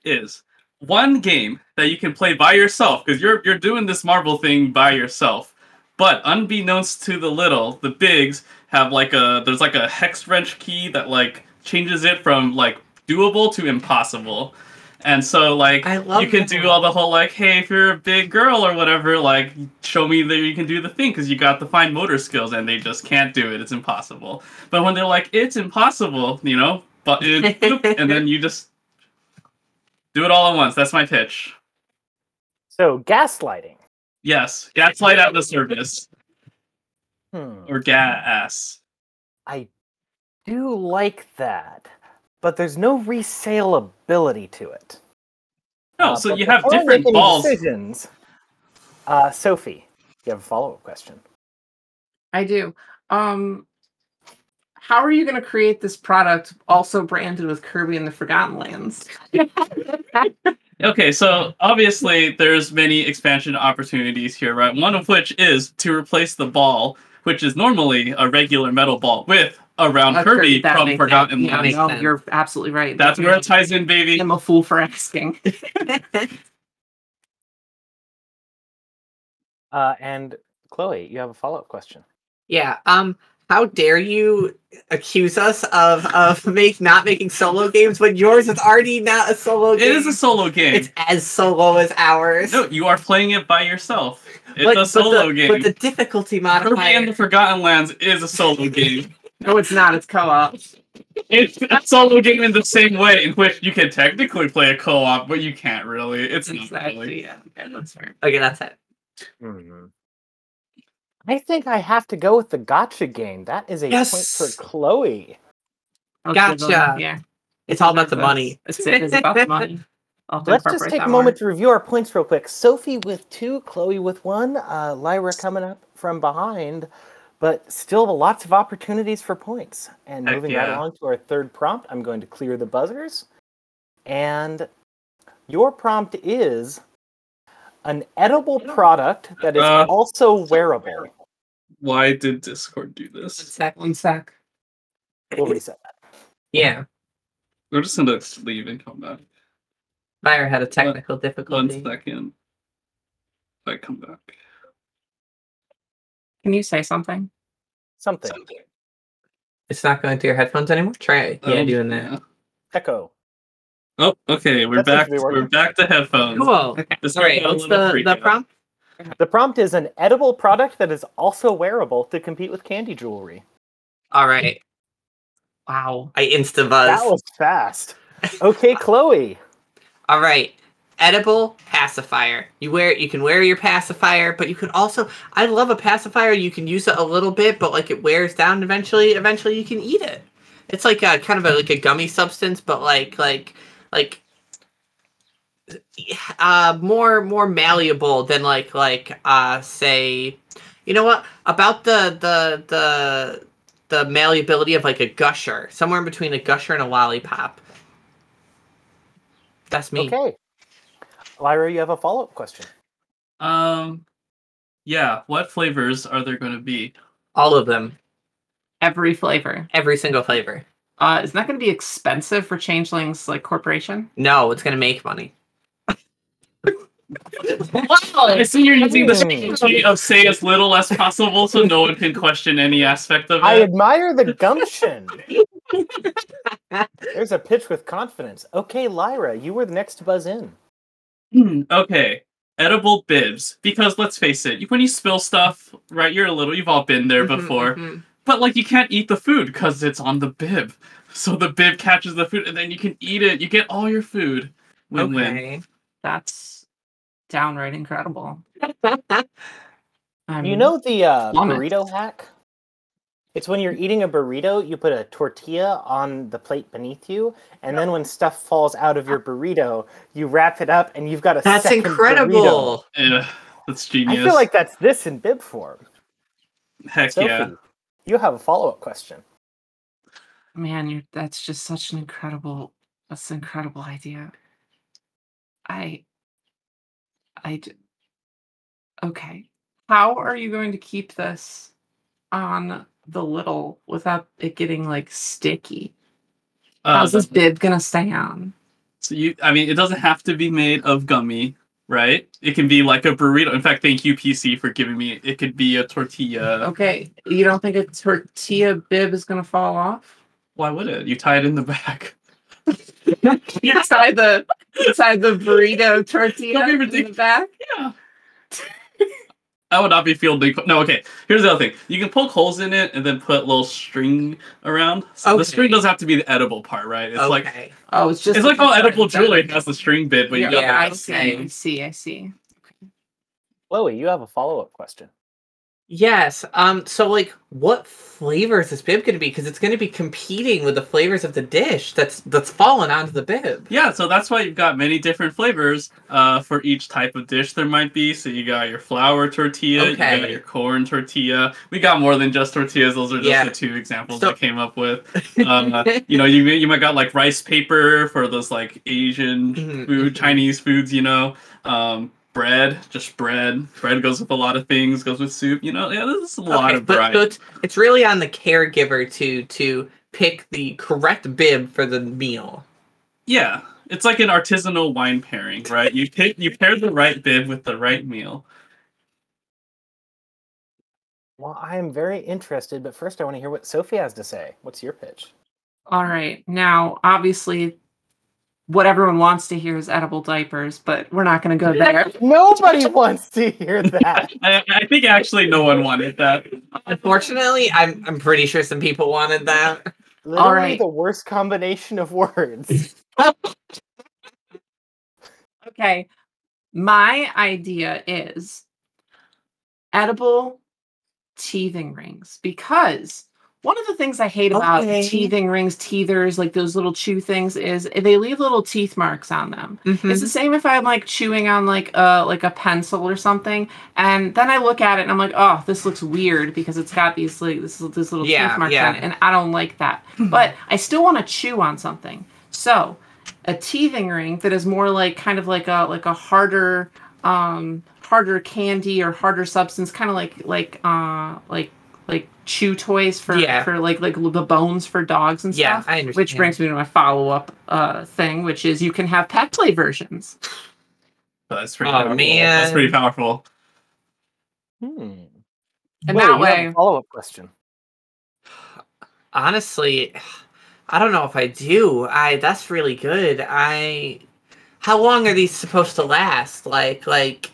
Speaker 3: is one game that you can play by yourself because you're you're doing this marble thing by yourself. But unbeknownst to the little, the bigs have like a there's like a hex wrench key that like changes it from like doable to impossible. And so like
Speaker 1: I love
Speaker 3: you can
Speaker 1: that.
Speaker 3: do all the whole like hey if you're a big girl or whatever like show me that you can do the thing because you got the fine motor skills and they just can't do it it's impossible. But when they're like it's impossible you know but it, and then you just do it all at once. That's my pitch.
Speaker 2: So gaslighting.
Speaker 3: Yes, gaslight at the service
Speaker 2: Hmm.
Speaker 3: or gas.
Speaker 2: I do like that, but there's no resaleability to it.
Speaker 3: No,
Speaker 2: Uh,
Speaker 3: Oh, so
Speaker 2: but
Speaker 3: you have
Speaker 2: before I
Speaker 3: different
Speaker 2: make any
Speaker 3: balls.
Speaker 2: Decisions. Uh, Sophie, you have a follow-up question.
Speaker 4: I do. Um, how are you going to create this product also branded with Kirby and the Forgotten Lands?
Speaker 3: Okay, so obviously there's many expansion opportunities here, right? One of which is to replace the ball, which is normally a regular metal ball, with a round
Speaker 4: Uh,
Speaker 3: Kirby
Speaker 4: that
Speaker 3: from
Speaker 4: makes
Speaker 3: Forgotten
Speaker 4: sense. Yeah,
Speaker 3: Lands.
Speaker 1: makes
Speaker 4: no,
Speaker 1: sense.
Speaker 4: you're absolutely right.
Speaker 3: That's where it ties in, baby.
Speaker 4: I'm a fool for asking.
Speaker 2: Uh, and Chloe, you have a follow-up question.
Speaker 1: Yeah. Um. How dare you accuse us of of make not making solo games when yours is already not a solo
Speaker 3: It
Speaker 1: game.
Speaker 3: is a solo game.
Speaker 1: It's as solo as ours.
Speaker 3: no, you are playing it by yourself. It's
Speaker 1: But-
Speaker 3: a solo
Speaker 1: but the,
Speaker 3: game.
Speaker 1: But the difficulty
Speaker 3: Kirby
Speaker 1: modifier.
Speaker 3: and the Forgotten Lands is a solo game.
Speaker 4: No, it's not. It's co-op.
Speaker 3: It's a solo game in the same way in which you can technically play a co-op, but you can't really. It's not
Speaker 4: Exactly.
Speaker 3: really.
Speaker 4: Yeah. Okay, that's fair.
Speaker 1: okay, that's it.
Speaker 2: I think I have to go with the gotcha game. That is a point
Speaker 1: Yes.
Speaker 2: for Chloe.
Speaker 4: Okay,
Speaker 1: Gotcha.
Speaker 4: then, Yeah.
Speaker 1: It's all about the
Speaker 4: That's-
Speaker 1: money.
Speaker 4: That's it. It's about the money. I'll have to
Speaker 2: Let's just
Speaker 4: incorporate
Speaker 2: take a
Speaker 4: that
Speaker 2: moment to review our points real quick. Sophie with two, Chloe with one, uh, Lyra coming up from behind, but still lots of opportunities for points. And
Speaker 3: Heck
Speaker 2: moving right
Speaker 3: yeah.
Speaker 2: along to our third prompt, I'm going to clear the buzzers. And your prompt is an edible product that is
Speaker 3: Uh,
Speaker 2: also wearable.
Speaker 3: Why did Discord do
Speaker 1: One
Speaker 3: this?
Speaker 1: sec.
Speaker 4: One sec.
Speaker 2: We'll reset that.
Speaker 1: Yeah.
Speaker 3: We're just gonna leave and come back.
Speaker 1: Meyer had a technical
Speaker 3: One
Speaker 1: difficulty.
Speaker 3: second. I come back.
Speaker 4: Can you say something?
Speaker 2: Something.
Speaker 1: It's not going through your headphones anymore. Try it. Yeah,
Speaker 3: Um,
Speaker 1: doing that.
Speaker 3: yeah.
Speaker 2: Echo.
Speaker 3: Oh, okay. We're
Speaker 2: That seems
Speaker 3: back.
Speaker 2: to be working.
Speaker 3: We're back to headphones.
Speaker 1: Cool.
Speaker 3: This
Speaker 1: All
Speaker 3: might
Speaker 1: right.
Speaker 3: be a
Speaker 1: What's
Speaker 3: little
Speaker 1: the
Speaker 3: freaky.
Speaker 1: the prompt?
Speaker 2: The prompt is an edible product that is also wearable to compete with candy jewelry.
Speaker 1: All right.
Speaker 4: Wow.
Speaker 1: I insta buzz.
Speaker 2: That was fast. Okay, Chloe.
Speaker 1: All right. Edible pacifier. You wear you can wear your pacifier, but you can also I love a pacifier. You can use it a little bit, but like it wears down eventually. Eventually you can eat it. It's like a kind of a, like a gummy substance, but like like like uh more more malleable than like like uh say you know what about the the the the malleability of like a gusher, somewhere in between a gusher and a lollipop. That's me.
Speaker 2: Okay. Lyra, you have a follow up question.
Speaker 3: Um, yeah. What flavors are there going to be?
Speaker 1: All of them,
Speaker 4: Every flavor.
Speaker 1: every single flavor.
Speaker 4: Uh, isn't that going to be expensive for Changelings like corporation?
Speaker 1: No, it's gonna make money.
Speaker 4: wow.
Speaker 3: I see you're using the
Speaker 2: Hmm.
Speaker 3: strategy of say as little as possible, so no one can question any aspect of
Speaker 2: I
Speaker 3: it.
Speaker 2: admire the gumption. There's a pitch with confidence. Okay, Lyra, you were the next to buzz in.
Speaker 3: Hmm, okay. Edible bibs, because let's face it, when you spill stuff, right? You're a little. You've all been there
Speaker 2: Mm-hmm,
Speaker 1: Mhm,
Speaker 3: before.
Speaker 1: mhm.
Speaker 3: But like you can't eat the food because it's on the bib. So the bib catches the food and then you can eat it. You get all your food. Win win.
Speaker 1: Okay.
Speaker 4: That's downright incredible. I'm
Speaker 2: You know the uh,
Speaker 4: Plummet.
Speaker 2: burrito hack? It's when you're eating a burrito, you put a tortilla on the plate beneath you, and then when stuff falls out of your burrito, you wrap it up and you've got a
Speaker 1: That's
Speaker 2: second burrito.
Speaker 1: incredible.
Speaker 3: Yeah, that's
Speaker 2: I
Speaker 3: genius.
Speaker 2: feel like that's this in bib form.
Speaker 3: Heck
Speaker 2: Sophie,
Speaker 3: yeah.
Speaker 2: you have a follow up question.
Speaker 4: man you're, that's just such an incredible that's an incredible idea i i d- okay how are you going to keep this on the little without it getting like sticky
Speaker 3: Uh,
Speaker 4: how's this bib gonna stay on
Speaker 3: so you I mean it doesn't have to be made of gummy, right? It can be like a burrito. In fact, thank you, PC, for giving me it could be a tortilla.
Speaker 4: okay you don't think a tortilla bib is gonna fall off
Speaker 3: Why would it? You tie it in the back.
Speaker 4: inside the inside the burrito tortilla
Speaker 3: Don't be
Speaker 4: in the
Speaker 3: ridiculous.
Speaker 4: back
Speaker 3: Yeah. I would not be fielding. No, okay. Here's the other thing. You can poke holes in it and then put little string around. So
Speaker 1: Okay.
Speaker 3: The string doesn't have to be the edible part, right? It's
Speaker 1: okay.
Speaker 3: like
Speaker 4: oh it's just
Speaker 3: it's like all edible
Speaker 4: different-
Speaker 3: jewelry has the string bit, but you
Speaker 4: yeah,
Speaker 3: got
Speaker 4: yeah,
Speaker 3: the-
Speaker 4: I see. I
Speaker 1: Okay.
Speaker 4: see. I see.
Speaker 2: Chloe, you have a follow up question.
Speaker 1: Yes. Um. So, like, what flavor is this bib going to be? Because it's going to be competing with the flavors of the dish that's that's fallen onto the bib.
Speaker 3: Yeah, so that's why you've got many different flavors uh, for each type of dish there might be. So you got your flour tortilla, you got
Speaker 1: Okay.
Speaker 3: your corn tortilla. We got more than just tortillas. Those are just
Speaker 1: Yeah.
Speaker 3: the two examples
Speaker 1: So-
Speaker 3: I came up with. Um, uh, you know, you you might got like rice paper for those like Asian
Speaker 1: Mhm,
Speaker 3: food,
Speaker 1: mhm.
Speaker 3: Chinese foods. You know, um, bread, just bread. Bread goes with a lot of things. Goes with soup. You know, yeah, this is a lot
Speaker 1: Okay,
Speaker 3: of
Speaker 1: but,
Speaker 3: variety.
Speaker 1: but it's, it's really on the caregiver to to pick the correct bib for the meal.
Speaker 3: Yeah, it's like an artisanal wine pairing, right? You pick, you pair the right bib with the right meal.
Speaker 2: Well, I am very interested, but first I want to hear what Sophie has to say. What's your pitch?
Speaker 4: All right. Now, obviously, what everyone wants to hear is edible diapers, but we're not going to go there.
Speaker 2: Nobody wants to hear that.
Speaker 3: I, I think actually no one wanted that.
Speaker 1: Unfortunately, I'm I'm pretty sure some people wanted that.
Speaker 2: Literally
Speaker 4: right.
Speaker 2: the worst combination of words.
Speaker 4: Okay. My idea is edible teething rings because one of the things I hate about
Speaker 1: Okay.
Speaker 4: teething rings, teethers, like those little chew things, is they leave little teeth marks on them.
Speaker 1: Mm-hmm.
Speaker 4: It's the same if I'm like chewing on like a like a pencil or something, and then I look at it and I'm like, oh, this looks weird because it's got these like this this little
Speaker 1: Yeah,
Speaker 4: teeth marks
Speaker 1: yeah. Mm-hmm.
Speaker 4: on it, and I don't like that. but I still want to chew on something, so a teething ring that is more like kind of like a like a harder um harder candy or harder substance, kind of like like uh like like chew toys for
Speaker 1: Yeah.
Speaker 4: for like like the bones for dogs and
Speaker 1: Yeah,
Speaker 4: stuff.
Speaker 1: I understand.
Speaker 4: Which brings me to my follow up uh, thing, which is you can have pet play versions.
Speaker 3: That's pretty.
Speaker 1: Oh,
Speaker 3: powerful. that's
Speaker 1: man.
Speaker 3: pretty powerful.
Speaker 2: Hmm.
Speaker 4: And that way,
Speaker 2: follow up question.
Speaker 1: honestly, I don't know if I do. I that's really good. I how long are these supposed to last? Like like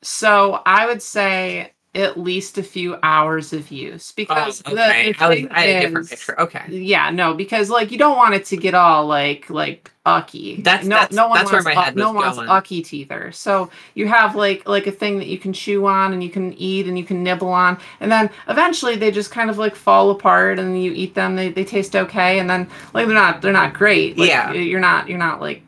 Speaker 4: so I would say at least a few hours of use because
Speaker 1: oh,
Speaker 4: the,
Speaker 1: okay.
Speaker 4: the
Speaker 1: I, was,
Speaker 4: thing
Speaker 1: I had a different
Speaker 4: is-
Speaker 1: picture. Okay.
Speaker 4: Yeah, no, because like you don't want it to get all like like ucky.
Speaker 1: That's-
Speaker 4: no,
Speaker 1: that's-
Speaker 4: no one
Speaker 1: that's where
Speaker 4: wants
Speaker 1: my head
Speaker 4: no
Speaker 1: was
Speaker 4: one wants
Speaker 1: going.
Speaker 4: ucky teether. So you have like like a thing that you can chew on and you can eat and you can nibble on, and then eventually they just kind of like fall apart and you eat them. They they taste okay, and then like they're not they're not great. Like,
Speaker 1: Yeah.
Speaker 4: you're not you're not like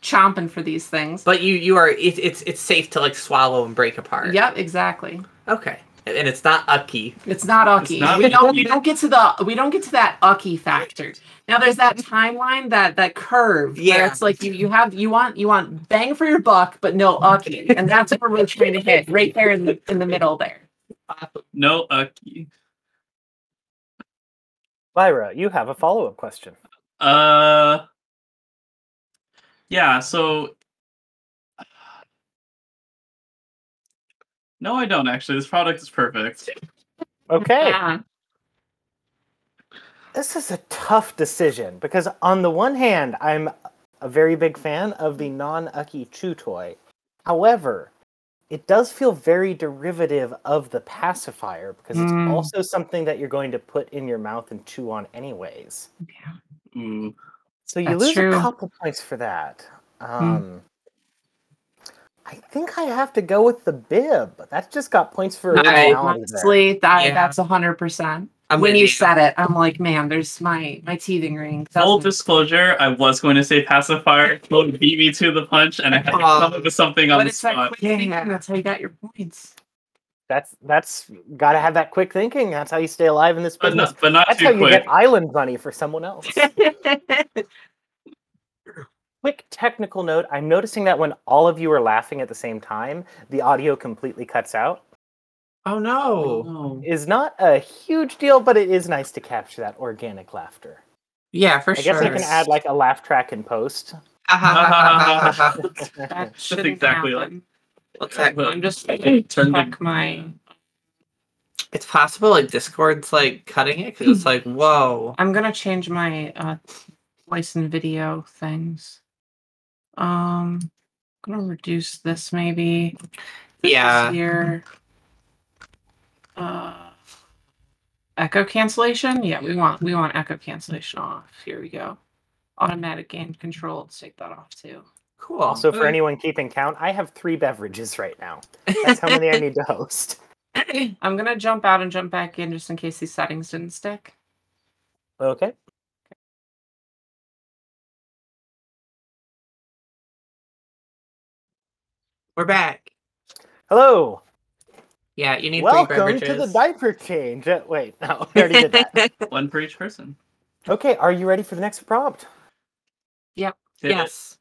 Speaker 4: chomping for these things.
Speaker 1: But you you are it, it's it's safe to like swallow and break apart.
Speaker 4: Yep, exactly.
Speaker 1: Okay. and it's not ucky.
Speaker 4: It's not ucky.
Speaker 3: It's not
Speaker 4: we don't we
Speaker 3: ucky.
Speaker 4: don't get to the we don't get to that ucky factor. Now there's that timeline that that curve where
Speaker 1: Yeah.
Speaker 4: it's like you you have you want you want bang for your buck but no ucky and that's where we're trying to hit right there in the in the middle there.
Speaker 3: No uh, ucky.
Speaker 2: Lyra, you have a follow up question.
Speaker 3: Uh, yeah. So, no, I don't actually. This product is perfect.
Speaker 2: Okay.
Speaker 4: Yeah.
Speaker 2: This is a tough decision because, on the one hand, I'm a very big fan of the non Ucky Chew toy. However, it does feel very derivative of the pacifier because it's
Speaker 4: Mm.
Speaker 2: also something that you're going to put in your mouth and chew on, anyways.
Speaker 3: Ooh.
Speaker 2: So you
Speaker 4: That's
Speaker 2: lose
Speaker 4: true. Hmm.
Speaker 2: a couple points for that. Um, I think I have to go with the bib. That just got points for
Speaker 1: Nice.
Speaker 2: originality. there.
Speaker 4: Honestly, that
Speaker 1: Yeah.
Speaker 4: that's a hundred percent.
Speaker 1: I'm
Speaker 4: When
Speaker 1: with
Speaker 4: you said it, I'm like, man, there's my my teething ring.
Speaker 3: Full
Speaker 4: Doesn't-
Speaker 3: disclosure, I was going to say pacifier. Chloe beat me to the punch, and I had to come up with something on
Speaker 4: but
Speaker 3: the
Speaker 4: it's that
Speaker 3: spot.
Speaker 4: quick thinking.
Speaker 1: Yeah.
Speaker 4: That's how you got your points.
Speaker 2: That's that's got to have that quick thinking. That's how you stay alive in this
Speaker 3: But
Speaker 2: business.
Speaker 3: not, but not
Speaker 2: That's how
Speaker 3: too
Speaker 2: you
Speaker 3: quick.
Speaker 2: get island money for someone else. Quick technical note I'm noticing that when all of you are laughing at the same time, the audio completely cuts out.
Speaker 1: Oh no.
Speaker 3: Oh.
Speaker 2: Is not a huge deal, but it is nice to capture that organic laughter.
Speaker 1: Yeah, for
Speaker 2: I
Speaker 1: sure.
Speaker 2: guess I can add like a laugh track in post.
Speaker 4: That
Speaker 3: That's
Speaker 4: shouldn't
Speaker 3: exactly like
Speaker 4: happen.
Speaker 1: What's that?
Speaker 3: Well,
Speaker 4: I'm just
Speaker 3: I turned the
Speaker 4: check my.
Speaker 1: It's possible like Discord's like cutting it because it's like whoa.
Speaker 4: I'm gonna change my uh, voice and video things. Um, I'm gonna reduce this maybe. This is
Speaker 1: Yeah.
Speaker 4: Here. Uh, echo cancellation. Yeah, we want we want echo cancellation off. Here we go. Automatic gain control. Let's take that off too.
Speaker 1: Cool.
Speaker 2: Also, for
Speaker 1: Okay.
Speaker 2: anyone keeping count, I have three beverages right now. That's how many I need to host.
Speaker 4: I'm gonna jump out and jump back in just in case these settings didn't stick.
Speaker 2: Okay.
Speaker 1: We're back.
Speaker 2: Hello.
Speaker 1: Yeah, you need three
Speaker 2: Welcome
Speaker 1: beverages.
Speaker 2: to the diaper change. Uh, wait, no, we already did that.
Speaker 3: one for each person.
Speaker 2: Okay, are you ready for the next prompt?
Speaker 3: Did it.
Speaker 1: yes.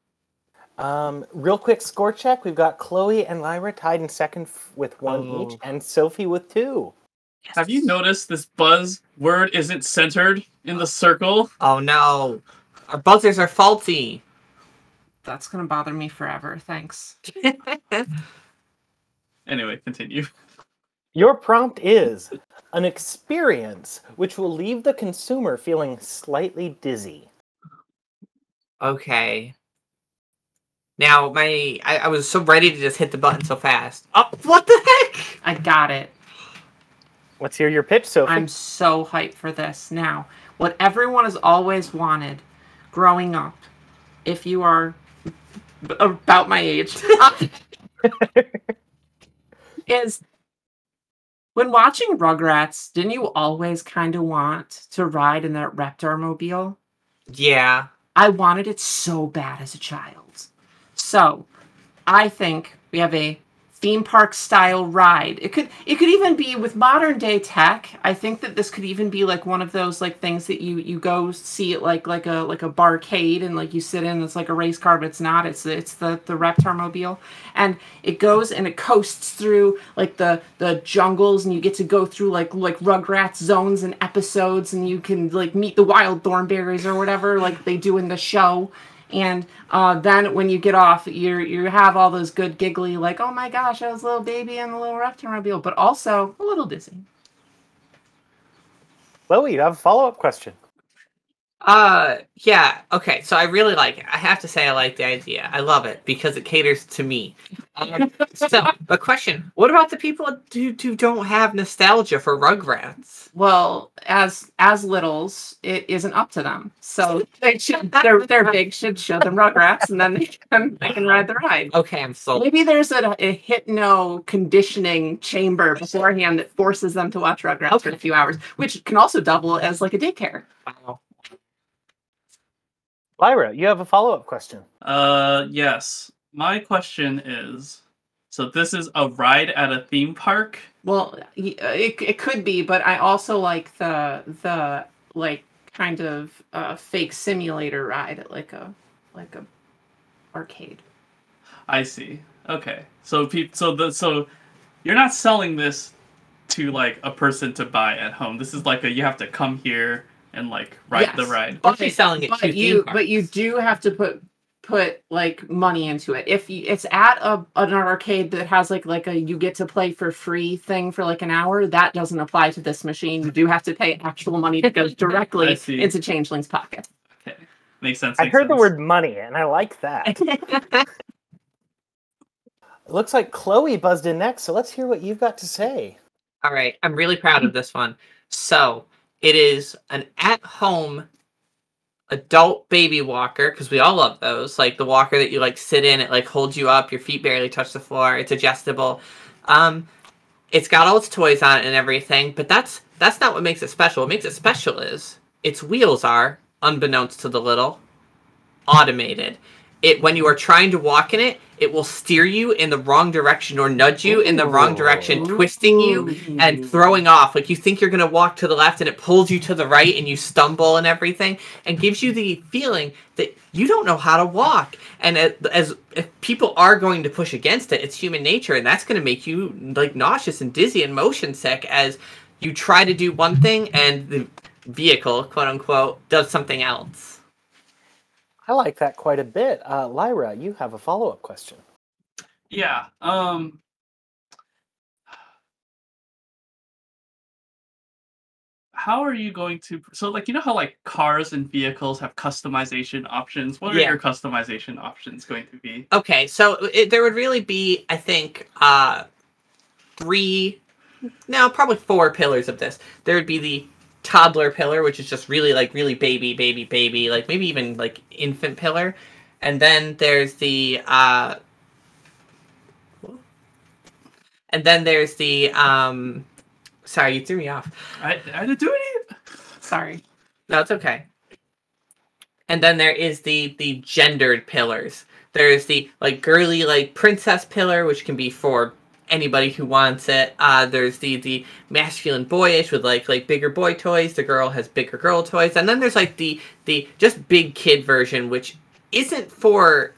Speaker 2: Um, real quick score check. We've got Chloe and Lyra tied in second f- with one each,
Speaker 1: Oh.
Speaker 2: and Sophie with two.
Speaker 3: Have you noticed this buzz word isn't centered in the circle?
Speaker 1: Oh no. Our buzzers are faulty.
Speaker 4: That's gonna bother me forever. Thanks.
Speaker 3: Anyway, continue.
Speaker 2: Your prompt is an experience which will leave the consumer feeling slightly dizzy.
Speaker 1: Okay. Now my I, I was so ready to just hit the button so fast. Oh, what the heck?
Speaker 4: I got it.
Speaker 2: Let's hear your pitch, Sophie.
Speaker 4: I'm so hyped for this. Now, what everyone has always wanted growing up, if you are b- about my age, is when watching Rugrats, didn't you always kind of want to ride in that Reptar mobile?
Speaker 1: Yeah.
Speaker 4: I wanted it so bad as a child. So, I think we have a theme park style ride. It could it could even be with modern day tech. I think that this could even be like one of those like things that you you go see at like like a like a barcade and like you sit in it's like a race car but it's not. It's it's the the Reptar mobile and it goes and it coasts through like the the jungles and you get to go through like like Rugrats zones and episodes and you can like meet the wild thornberries or whatever like they do in the show. And uh, then when you get off, you you have all those good giggly like, oh my gosh, I was a little baby in the little reptile but also a little dizzy.
Speaker 2: Chloe, you have a follow up question.
Speaker 1: Uh yeah, okay. So I really like it. I have to say I like the idea. I love it because it caters to me. Um, so, but question, what about the people who, who don't have nostalgia for Rugrats?
Speaker 4: Well, as as littles, it isn't up to them. So they should their their big should show them Rugrats, and then they can they can ride the ride.
Speaker 1: Okay, I'm sold.
Speaker 4: Maybe there's a, a hypno conditioning chamber beforehand that forces them to watch Rugrats for a few hours, which can also double as like a daycare.
Speaker 1: Wow.
Speaker 2: Lyra, you have a follow up question.
Speaker 3: Uh, yes. My question is So this is a ride at a theme park.
Speaker 4: Well, y- uh, it, it could be, but I also like the the like kind of uh, fake simulator ride at like a like a arcade.
Speaker 3: I see. Okay. So peop so the so you're not selling this to like a person to buy at home. This is like a you have to come here and like ride the
Speaker 4: Yes.
Speaker 3: ride.
Speaker 1: I'll be selling it to
Speaker 4: But
Speaker 1: theme
Speaker 4: you but you
Speaker 1: parks.
Speaker 4: do have to put put like money into it. If you, it's at a an arcade that has like like a you get to play for free thing for like an hour, that doesn't apply to this machine. You do have to pay actual money that goes
Speaker 3: I
Speaker 4: directly
Speaker 3: see.
Speaker 4: into Changeling's pocket.
Speaker 3: Makes sense.
Speaker 2: I
Speaker 3: makes
Speaker 2: heard the
Speaker 3: sense.
Speaker 2: word money, and I like that. it looks like Chloe buzzed in next, so let's hear what you've got to say.
Speaker 1: All right, I'm really proud of this one. So it is an at-home adult baby walker because we all love those, like the walker that you like sit in. It like holds you up. Your feet barely touch the floor. It's adjustable. Um, it's got all its toys on it and everything, but that's that's not what makes it special. What makes it special is its wheels are, unbeknownst to the little, automated. It when you are trying to walk in it, it will steer you in the wrong direction or nudge you in the wrong direction,
Speaker 4: Ooh.
Speaker 1: twisting you and throwing off. Like you think you're gonna walk to the left and it pulls you to the right and you stumble and everything and gives you the feeling that you don't know how to walk. And as, as if people are going to push against it, it's human nature and that's gonna make you like nauseous and dizzy and motion sick as you try to do one thing and the vehicle, quote unquote, does something else.
Speaker 2: I like that quite a bit. Uh, Lyra, you have a follow up question.
Speaker 3: Yeah. Um How are you going to so like you know how like cars and vehicles have customization options? What are
Speaker 1: Yeah.
Speaker 3: your customization options going to be?
Speaker 1: Okay, so it, there would really be, I think, uh, three, no, probably four pillars of this. There would be the toddler pillar, which is just really like really baby, baby, baby, like maybe even like infant pillar, and then there's the, uh, and then there's the, um, sorry, you threw me off.
Speaker 3: I I didn't do any
Speaker 4: Sorry.
Speaker 1: No, it's okay. And then there is the the gendered pillars. There is the like girly like princess pillar, which can be for anybody who wants it. Uh, there's the the masculine boyish with like like bigger boy toys. The girl has bigger girl toys, and then there's like the the just big kid version, which isn't for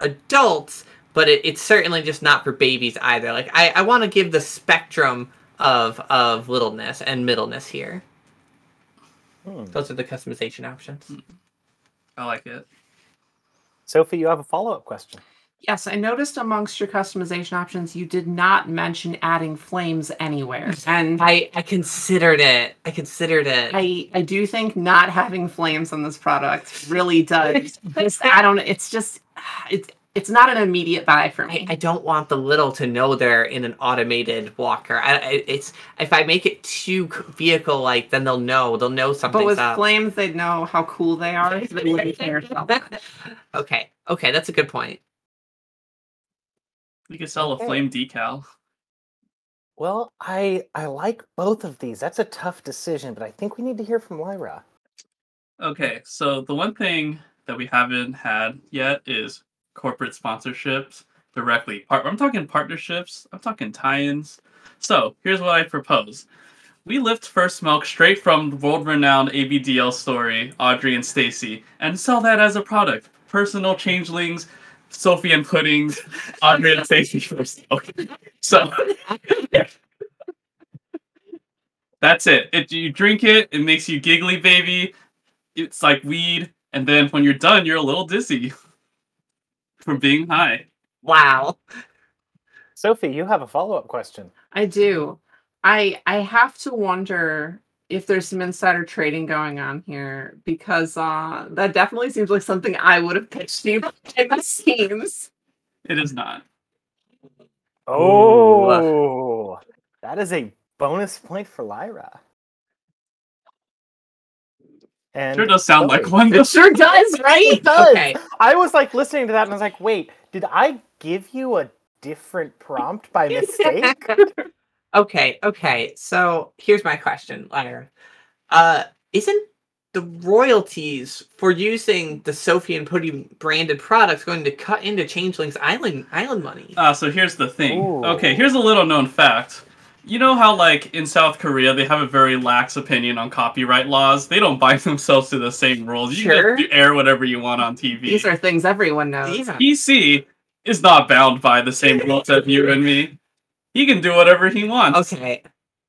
Speaker 1: adults, but it, it's certainly just not for babies either. Like I I want to give the spectrum of of littleness and middleness here.
Speaker 2: Hmm.
Speaker 1: Those are the customization options.
Speaker 3: I like it.
Speaker 2: Sophie, you have a follow up question.
Speaker 4: Yes, I noticed amongst your customization options, you did not mention adding flames anywhere. And
Speaker 1: I, I considered it. I considered it.
Speaker 4: I, I do think not having flames on this product really does. this, I don't. It's just it's it's not an immediate buy for
Speaker 1: I,
Speaker 4: me.
Speaker 1: I don't want the little to know they're in an automated walker. I, I, it's if I make it too vehicle like, then they'll know. They'll know
Speaker 4: but
Speaker 1: something's
Speaker 4: with
Speaker 1: up.
Speaker 4: flames, they'd know how cool they are. so they wouldn't care so much.
Speaker 1: okay, okay, that's a good point.
Speaker 3: We could sell
Speaker 2: Okay.
Speaker 3: a flame decal.
Speaker 2: Well, I I like both of these. That's a tough decision, but I think we need to hear from Lyra.
Speaker 3: Okay, so the one thing that we haven't had yet is corporate sponsorships directly. Par- I'm talking partnerships, I'm talking tie ins. So here's what I propose we lift First Milk straight from the world renowned ABDL story, Audrey and Stacy, and sell that as a product. Personal changelings, Sophie and Puddings, Audrey and Stacy First Milk. So. That's it. If you drink it, it makes you giggly, baby it's like weed, and then when you're done, you're a little dizzy from being high.
Speaker 1: Wow.
Speaker 2: Sophie, you have a follow up question.
Speaker 4: I do. I I have to wonder if there's some insider trading going on here because uh that definitely seems like something I would have pitched you behind the scenes.
Speaker 3: It is not.
Speaker 1: Ooh.
Speaker 2: Oh, that is a bonus point for Lyra. And
Speaker 3: Sure does sound like
Speaker 2: Chloe.
Speaker 3: one.
Speaker 4: It sure does, right?
Speaker 2: It does.
Speaker 1: Okay.
Speaker 2: I was like listening to that and I was like, wait, did I give you a different prompt by mistake?
Speaker 1: okay. Okay. So here's my question, Lyra. Uh, isn't the royalties for using the Sophie and Putty branded products going to cut into Changeling's Island Island money.
Speaker 3: Ah, so here's the thing.
Speaker 2: Ooh.
Speaker 3: Okay, here's a little known fact. You know how, like, in South Korea, they have a very lax opinion on copyright laws? They don't bind themselves to the same rules. You
Speaker 1: Sure.
Speaker 3: can just air whatever you want on TV.
Speaker 4: These are things everyone knows.
Speaker 1: Yeah.
Speaker 3: PC is not bound by the same rules as you and me. He can do whatever he wants.
Speaker 1: Okay.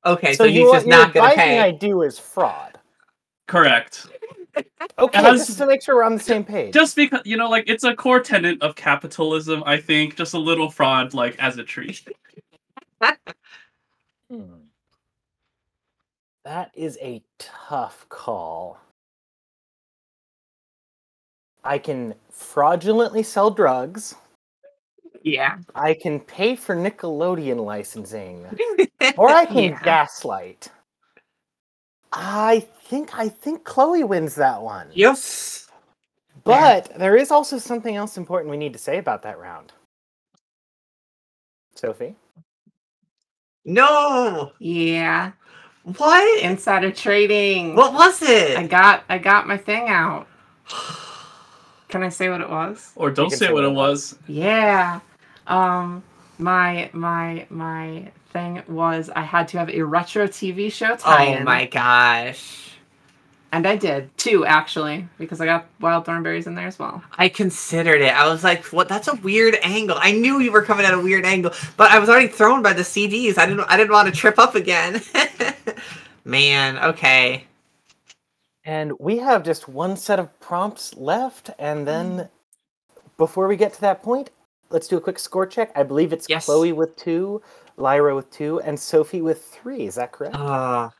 Speaker 1: Okay, so,
Speaker 2: so you,
Speaker 1: he's just
Speaker 2: you're
Speaker 1: not gonna
Speaker 2: advising
Speaker 1: pay.
Speaker 2: I do is fraud.
Speaker 3: Correct.
Speaker 2: Okay,
Speaker 3: And I was-
Speaker 2: just to make sure we're on the same page.
Speaker 3: Just because, you know, like, it's a core tenet of capitalism, I think. Just a little fraud, like, as a treat.
Speaker 2: Hmm. That is a tough call. I can fraudulently sell drugs.
Speaker 4: Yeah.
Speaker 2: I can pay for Nickelodeon licensing, or I can
Speaker 4: Yeah.
Speaker 2: gaslight. I think I think Chloe wins that one.
Speaker 1: yes.
Speaker 2: But there is also something else important we need to say about that round. Sophie,
Speaker 1: No.
Speaker 4: Yeah.
Speaker 1: What?
Speaker 4: Insider trading.
Speaker 1: What was it?
Speaker 4: I got I got my thing out. Can I say what it was?
Speaker 3: Or don't
Speaker 2: can
Speaker 3: say
Speaker 2: say
Speaker 3: what
Speaker 2: that.
Speaker 3: it was.
Speaker 4: Yeah. Um my my my thing was I had to have a retro TV show
Speaker 1: oh
Speaker 4: tie-in.
Speaker 1: my gosh.
Speaker 4: And I did. Two actually, because I got wild thornberries in there as well.
Speaker 1: I considered it. I was like, "What? That's a weird angle." I knew you were coming at a weird angle, but I was already thrown by the CDs. I didn't. I didn't want to trip up again. Man. Okay.
Speaker 2: and we have just one set of prompts left, and
Speaker 1: Mm.
Speaker 2: then before we get to that point, let's do a quick score check. I believe it's
Speaker 1: Yes.
Speaker 2: Chloe with two, Lyra with two, and Sophie with three. Is that correct?
Speaker 1: Oh.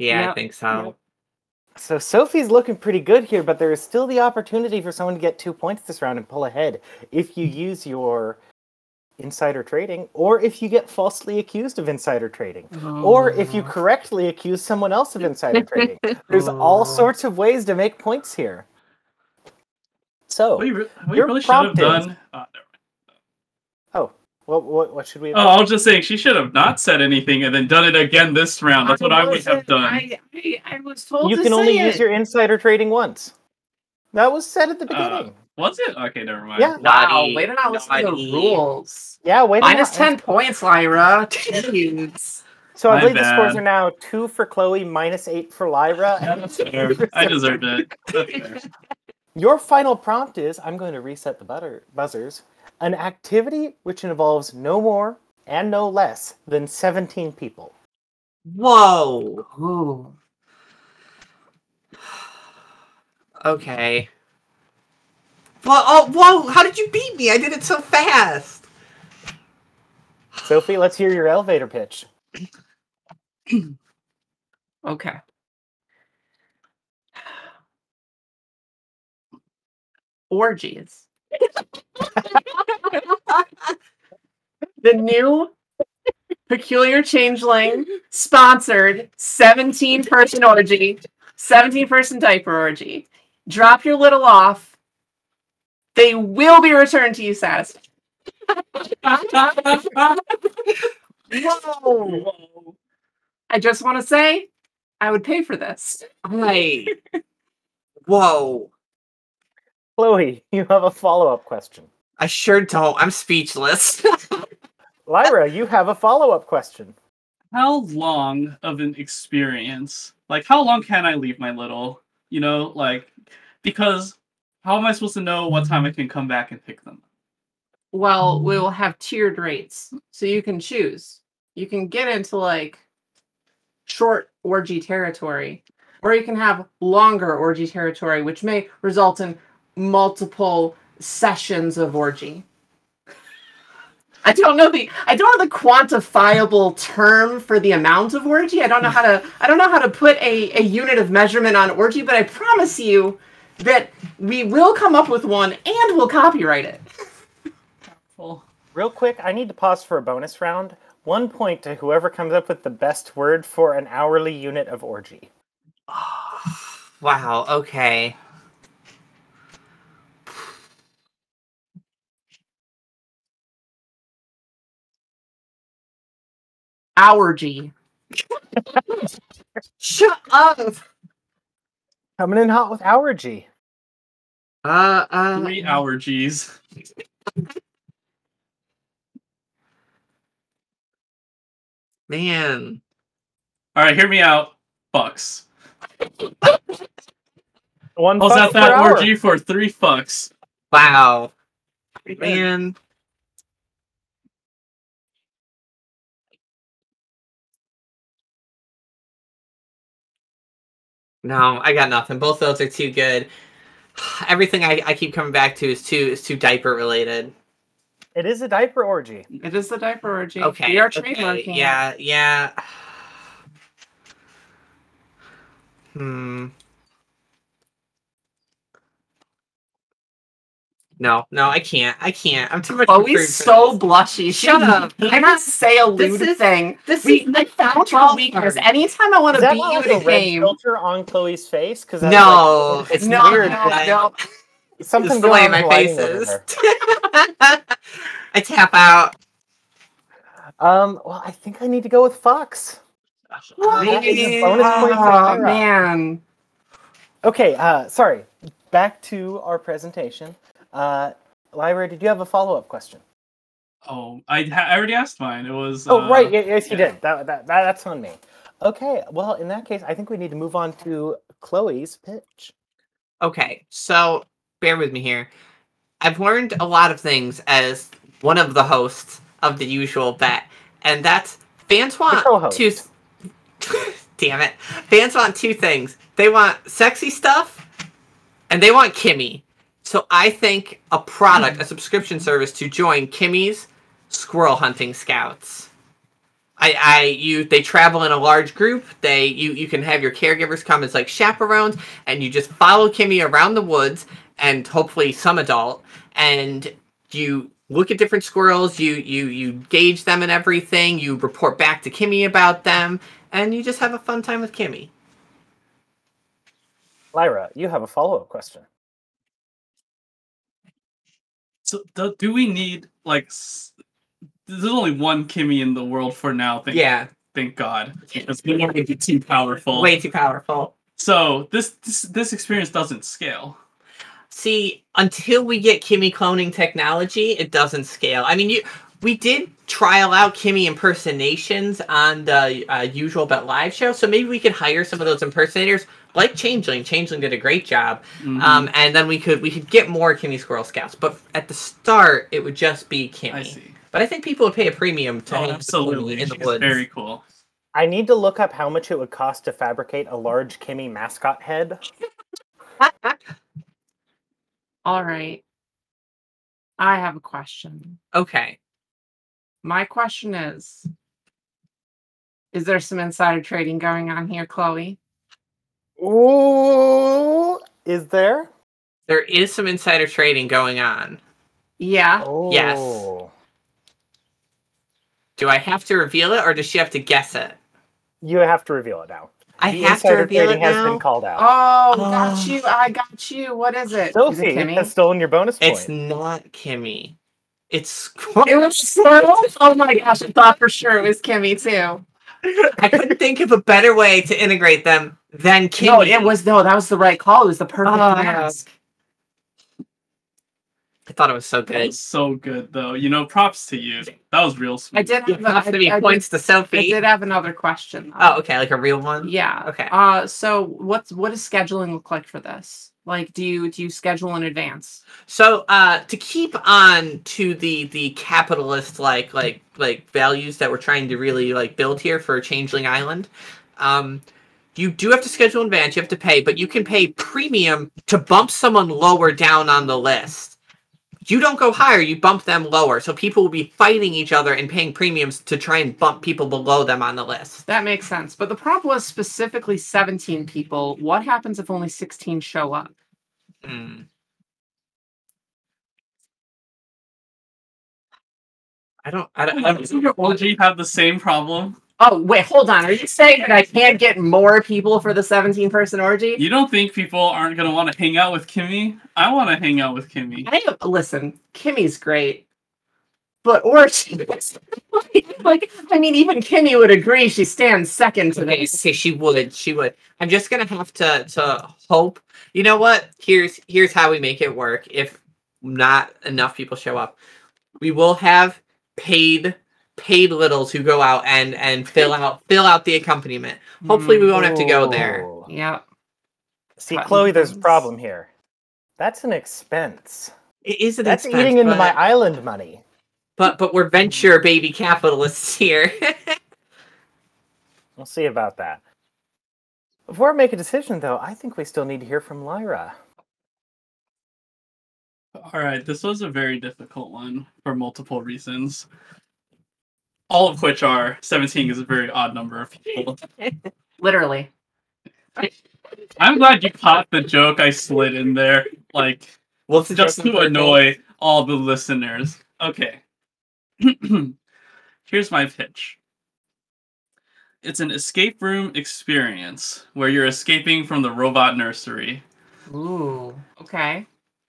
Speaker 1: Yeah, I
Speaker 4: Yep,
Speaker 1: think so.
Speaker 2: So Sophie's looking pretty good here, but there is still the opportunity for someone to get two points this round and pull ahead if
Speaker 1: Mm.
Speaker 2: you use your insider trading, or if you get falsely accused of insider trading, or if
Speaker 1: Oh.
Speaker 2: you correctly accuse someone else of insider trading. There's all
Speaker 4: Uh.
Speaker 1: Oh.
Speaker 2: sorts of ways to make points here. So,
Speaker 3: We, re- we
Speaker 2: Oh, You're
Speaker 3: really should have
Speaker 2: prompted.
Speaker 3: done. Uh,
Speaker 2: what what, what should we?
Speaker 3: Oh, I was just saying she should have not said anything and then done it again this round. That's what I, would
Speaker 4: wasn't-
Speaker 3: have done.
Speaker 4: I, I, I was told
Speaker 2: you
Speaker 4: to
Speaker 2: can
Speaker 4: say
Speaker 2: only
Speaker 4: it.
Speaker 2: use your insider trading once. That was said at the
Speaker 3: Uh,
Speaker 2: beginning.
Speaker 3: Was it? Okay, never mind.
Speaker 2: Yeah.
Speaker 4: Wow,
Speaker 1: Naughty,
Speaker 4: way to not listen to the
Speaker 1: naughty.
Speaker 4: rules.
Speaker 2: yeah, wait. a
Speaker 4: Minus
Speaker 2: minute.
Speaker 4: ten points, Lyra. Jeez.
Speaker 2: So I
Speaker 3: My
Speaker 2: believe the scores
Speaker 3: bad.
Speaker 2: are now two for Chloe, minus eight for Lyra,
Speaker 3: Yeah,
Speaker 2: and
Speaker 3: that's fair. I deserved it. That's fair.
Speaker 2: Your final prompt is I'm going to reset the butter buzzers. An activity which involves no more and no less than 17 people.
Speaker 1: Whoa.
Speaker 4: Ooh.
Speaker 1: Okay. Well, oh, whoa! How did you beat me? I did it so fast.
Speaker 2: Sophie, let's hear your elevator pitch.
Speaker 4: Okay. Orgies. the new peculiar changeling sponsored 17 person orgy, 17 person diaper orgy. Drop your little off. They will be returned to you satisfied. Oh.
Speaker 1: Whoa.
Speaker 3: Whoa.
Speaker 4: I just want to say, I would pay for this.
Speaker 1: Hey. Whoa.
Speaker 2: Chloe, you have a follow up question.
Speaker 1: I sure don't. I'm speechless.
Speaker 2: Lyra, you have a follow up question.
Speaker 3: How long of an experience? Like, how long can I leave my little? You know, like, because how am I supposed to know what time I can come back and pick them?
Speaker 4: well we will have tiered rates so you can choose you can get into like short orgy territory or you can have longer orgy territory which may result in multiple sessions of orgy i don't know the i don't know the quantifiable term for the amount of orgy i don't know how to i don't know how to put a, a unit of measurement on orgy but i promise you that we will come up with one and we'll copyright it
Speaker 3: Well,
Speaker 2: Real quick, I need to pause for a bonus round. One point to whoever comes up with the best word for an hourly unit of orgy.
Speaker 1: wow. Okay.
Speaker 4: Allergy.
Speaker 1: Shut up.
Speaker 2: Coming in hot with allergy.
Speaker 1: Uh, uh,
Speaker 3: Three allergies.
Speaker 1: man.
Speaker 3: All right, hear me out. Bucks.
Speaker 2: One
Speaker 3: I was
Speaker 2: fuck
Speaker 3: at Oh, that
Speaker 2: per hour.
Speaker 3: orgy for three fucks.
Speaker 1: Wow. Man. No, I got nothing. Both those are too good. Everything I, I keep coming back to is too is too diaper related.
Speaker 2: It is a diaper orgy.
Speaker 4: It is the diaper orgy.
Speaker 1: Okay.
Speaker 4: We are
Speaker 1: okay,
Speaker 4: trademarking. it.
Speaker 1: Yeah, yeah. Hmm. No, no, I can't. I can't. I'm too much. of a prude
Speaker 4: Chloe's
Speaker 1: for
Speaker 4: so
Speaker 1: this.
Speaker 4: blushy.
Speaker 1: Shut up.
Speaker 4: I not say a lewd
Speaker 1: is-
Speaker 4: thing.
Speaker 1: This
Speaker 4: We,
Speaker 1: is
Speaker 4: I found your
Speaker 1: fault
Speaker 4: weakness.
Speaker 1: card.
Speaker 4: Anytime I want
Speaker 2: Is
Speaker 4: to
Speaker 2: that
Speaker 4: beat
Speaker 2: not
Speaker 4: you
Speaker 2: like
Speaker 4: in
Speaker 2: a
Speaker 4: a
Speaker 2: red
Speaker 4: game.
Speaker 2: filter on Chloe's face? Because
Speaker 1: no. It's
Speaker 4: no,
Speaker 1: weird.
Speaker 4: no,
Speaker 1: but
Speaker 4: no.
Speaker 2: something
Speaker 1: it's the
Speaker 2: going
Speaker 1: way
Speaker 2: on with
Speaker 1: my
Speaker 2: the
Speaker 1: face
Speaker 2: lighting over
Speaker 1: is.
Speaker 2: there.
Speaker 1: I tap out.
Speaker 2: Um, well, I think I need to go with Fox.
Speaker 4: What?
Speaker 2: That is a
Speaker 1: Maybe.
Speaker 2: bonus point for
Speaker 4: Oh,
Speaker 2: Kira.
Speaker 4: man.
Speaker 2: Okay, uh, sorry. Back to our presentation. Uh, Lyra, did you have a follow-up question?
Speaker 3: Oh, I, ha- I already asked mine. It was.
Speaker 2: Oh,
Speaker 3: uh,
Speaker 2: right. ye- Yes, you
Speaker 3: yeah.
Speaker 2: did. That, that, that that's on me. Okay. Well, in that case, I think we need to move on to Chloe's pitch.
Speaker 1: Okay, so bear with me here. I've learned a lot of things as one of the hosts of the usual bet, and that's fans want
Speaker 2: co-host.
Speaker 1: two. Damn it, fans want two things. They want sexy stuff, and they want Kimmy. So I think a product, a subscription service to join Kimmy's squirrel hunting scouts. I, I you they travel in a large group. They you you can have your caregivers come as like chaperones, and you just follow Kimmy around the woods and hopefully some adult, and you look at different squirrels. You you you gauge them and everything. You report back to Kimmy about them, and you just have a fun time with Kimmy.
Speaker 2: Lyra, you have a follow-up question.
Speaker 3: So, do, do we need, like. S- there's only one Kimmy in the world for now. Thank,
Speaker 1: Yeah,
Speaker 3: Thank God. Because Kimmy would be too powerful.
Speaker 1: way too powerful.
Speaker 3: So, this, this, this experience doesn't scale.
Speaker 1: See, until we get Kimmy cloning technology, it doesn't scale. I mean, you we did trial out Kimmy impersonations on the uh, usual but live show, so maybe we could hire some of those impersonators, like Changeling. Changeling did a great job,
Speaker 3: Mhm.
Speaker 1: um, and then we could we could get more Kimmy Squirrel Scouts. But at the start, it would just be Kimmy.
Speaker 3: I see.
Speaker 1: But I think people would pay a premium to
Speaker 3: Oh,
Speaker 1: hang out with
Speaker 3: absolutely.
Speaker 1: Kimmy in the
Speaker 3: She's
Speaker 1: woods.
Speaker 3: very cool.
Speaker 2: I need to look up how much it would cost to fabricate a large Kimmy mascot head.
Speaker 4: All right. I have a question.
Speaker 1: Okay,
Speaker 4: My question is Is there some insider trading going on here, Chloe?
Speaker 2: Ooh, is there?
Speaker 1: there is some insider trading going on.
Speaker 4: Yeah.
Speaker 2: Oh.
Speaker 1: Yes. Do I have to reveal it, or does she have to guess it?
Speaker 2: You have to reveal it now.
Speaker 1: I
Speaker 2: The
Speaker 1: have to
Speaker 2: insider
Speaker 1: reveal it
Speaker 2: trading has
Speaker 1: now.
Speaker 2: been called out.
Speaker 4: Oh,
Speaker 1: Oh.
Speaker 4: got you. I got you. What is it? Is
Speaker 2: Ah. Sophie
Speaker 4: it
Speaker 2: has
Speaker 4: Kimmy?
Speaker 2: stolen your bonus point.
Speaker 1: It's not Kimmy. It's
Speaker 4: It was Squirrel? Oh my gosh, I thought for sure it was Kimmy too.
Speaker 1: I couldn't think of a better way to integrate them than Kimmy.
Speaker 4: No, it was no, that was the right call. It was the perfect
Speaker 1: Oh,
Speaker 4: mask.
Speaker 1: I thought it was so
Speaker 3: That
Speaker 1: good.
Speaker 3: was so good, though. You know, props to you. That was real sweet.
Speaker 4: I did
Speaker 1: You
Speaker 4: have,
Speaker 1: have to be
Speaker 4: I, I did,
Speaker 1: points to
Speaker 4: I
Speaker 1: Sophie.
Speaker 4: did have another question. though.
Speaker 1: Oh, okay, like a real one.
Speaker 4: Yeah.
Speaker 1: Okay.
Speaker 4: Uh so what's what does scheduling look like for this? Like do you do you schedule in advance?
Speaker 1: So uh, to keep on to the the capitalist like like like values that we're trying to really like build here for Changeling Island, um, you do have to schedule in advance. You have to pay, but you can pay premium to bump someone lower down on the list. You don't go higher; you bump them lower. So people will be fighting each other and paying premiums to try and bump people below them on the list.
Speaker 4: That makes sense. But the prompt was specifically 17 people. What happens if only 16 show up?
Speaker 1: Hmm. I don't. I don't. I don't
Speaker 3: Doesn't your orgy have the same problem?
Speaker 4: Oh, wait, hold on. Are you saying that I can't get more people for the 17 person orgy?
Speaker 3: You don't think people aren't gonna want to hang out with Kimmy? I want to hang out with Kimmy.
Speaker 4: I listen, Kimmy's great. foot or she like, like I mean even Kimmy would agree she stands second to
Speaker 1: Okay,
Speaker 4: this.
Speaker 1: okay, she would. She would. I'm just gonna have to to hope. You know what? Here's here's how we make it work. If not enough people show up, we will have paid paid littles who go out and and fill out fill out the accompaniment. Hopefully, we won't have to go there.
Speaker 2: Ooh.
Speaker 4: Yeah.
Speaker 2: See,
Speaker 4: Cotton
Speaker 2: Chloe, there's a
Speaker 4: buns.
Speaker 2: problem here. That's an expense.
Speaker 1: It is an
Speaker 2: That's
Speaker 1: expense,
Speaker 2: eating into
Speaker 1: but-
Speaker 2: my island money.
Speaker 1: But but we're venture baby capitalists here.
Speaker 2: We'll see about that. Before I make a decision, though, I think we still need to hear from Lyra.
Speaker 3: All right, Hmm. this was a very difficult one for multiple reasons. All of which are 17 is a very odd number of people.
Speaker 4: Literally.
Speaker 3: I'm glad you caught the joke I slid in there, like
Speaker 1: well, it's
Speaker 3: just to annoy all the listeners. Okay. Here's my pitch it's an escape room experience where you're escaping from the robot nursery.
Speaker 4: Ooh. Okay.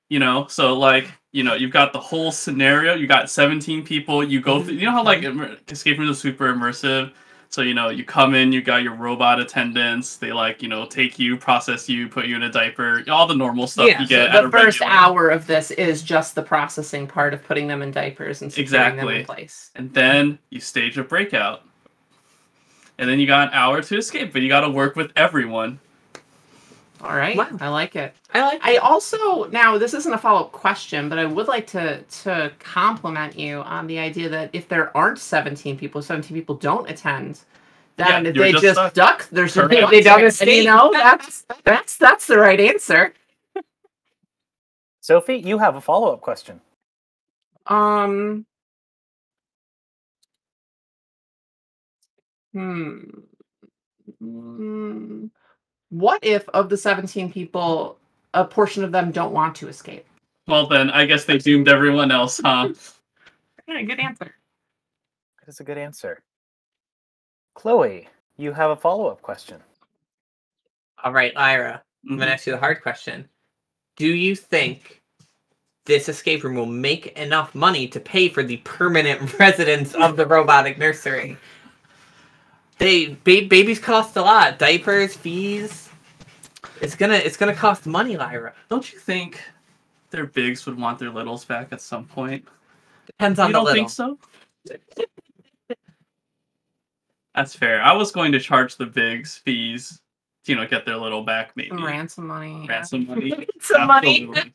Speaker 3: you know so like you know you've got the whole scenario you got 17 people you
Speaker 4: Mm-hmm.
Speaker 3: go through you know how like immer- escape rooms is super immersive so you know you come in you got your robot attendants they like you know take you process you put you in a diaper all the normal stuff
Speaker 1: Yeah,
Speaker 3: you get at
Speaker 4: the
Speaker 3: a
Speaker 4: first
Speaker 3: regular-
Speaker 4: hour of this is just the processing part of putting them in diapers and securing them
Speaker 3: Exactly.
Speaker 4: in place.
Speaker 3: and then you stage a breakout and then you got an hour to escape but you got to work with everyone
Speaker 4: All right.
Speaker 1: Wow.
Speaker 4: I like it.
Speaker 1: I like.
Speaker 4: I also now this isn't a follow up question, but I would like to to compliment you on the idea that if there aren't seventeen people, seventeen people don't attend, then
Speaker 3: Yeah,
Speaker 4: if
Speaker 3: you're
Speaker 4: they
Speaker 3: just
Speaker 4: just,
Speaker 3: stuck.
Speaker 4: duck. There's
Speaker 3: Correct.
Speaker 4: they, they don't
Speaker 1: And
Speaker 4: escape.
Speaker 1: escape.
Speaker 4: You know that's that's that's the right answer.
Speaker 2: Sophie, you have a follow up question.
Speaker 4: Um. Hmm. Mm. What if of the seventeen people, a portion of them don't want to escape?
Speaker 3: well then i guess they doomed everyone else huh
Speaker 4: Yeah, good answer.
Speaker 2: That's a good answer. Chloe, you have a follow up question.
Speaker 1: All right, Lyra. I'm going to ask you the hard question. Do you think this escape room will make enough money to pay for the permanent residence of the robotic nursery? They ba- babies cost a lot. Diapers, fees. It's gonna it's gonna cost money, Lyra.
Speaker 3: don't you think their bigs would want their littles back at some point
Speaker 1: Depends on
Speaker 3: you
Speaker 1: the
Speaker 3: don't
Speaker 1: little.
Speaker 3: think so? That's fair. I was going to charge the bigs fees, you know, get their little back maybe.
Speaker 4: Some ransom money. yeah.
Speaker 3: Ransom money.
Speaker 4: Some money.
Speaker 3: Absolutely.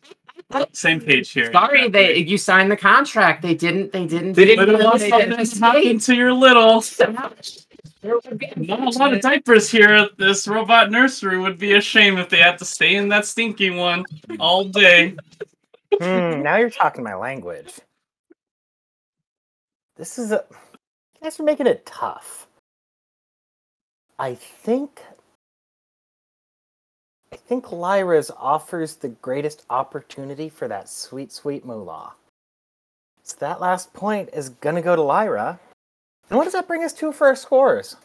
Speaker 3: Same page here.
Speaker 4: Sorry, they
Speaker 3: exactly.
Speaker 4: you signed the contract. They didn't. They didn't.
Speaker 1: They didn't
Speaker 4: do
Speaker 1: give
Speaker 4: it,
Speaker 1: us
Speaker 4: they
Speaker 1: something
Speaker 4: didn't
Speaker 3: What's happened to your little?
Speaker 4: There would be
Speaker 3: Not a lot of diapers here at this robot nursery. Would be a shame if they had to stay in that stinky one all day.
Speaker 2: Hmm, now you're talking my language. This is a. You guys are making it tough. I think. I think Lyra's offers the greatest opportunity for that sweet, sweet moolah. So that last point is gonna go to Lyra. And what does that bring us to for our scores?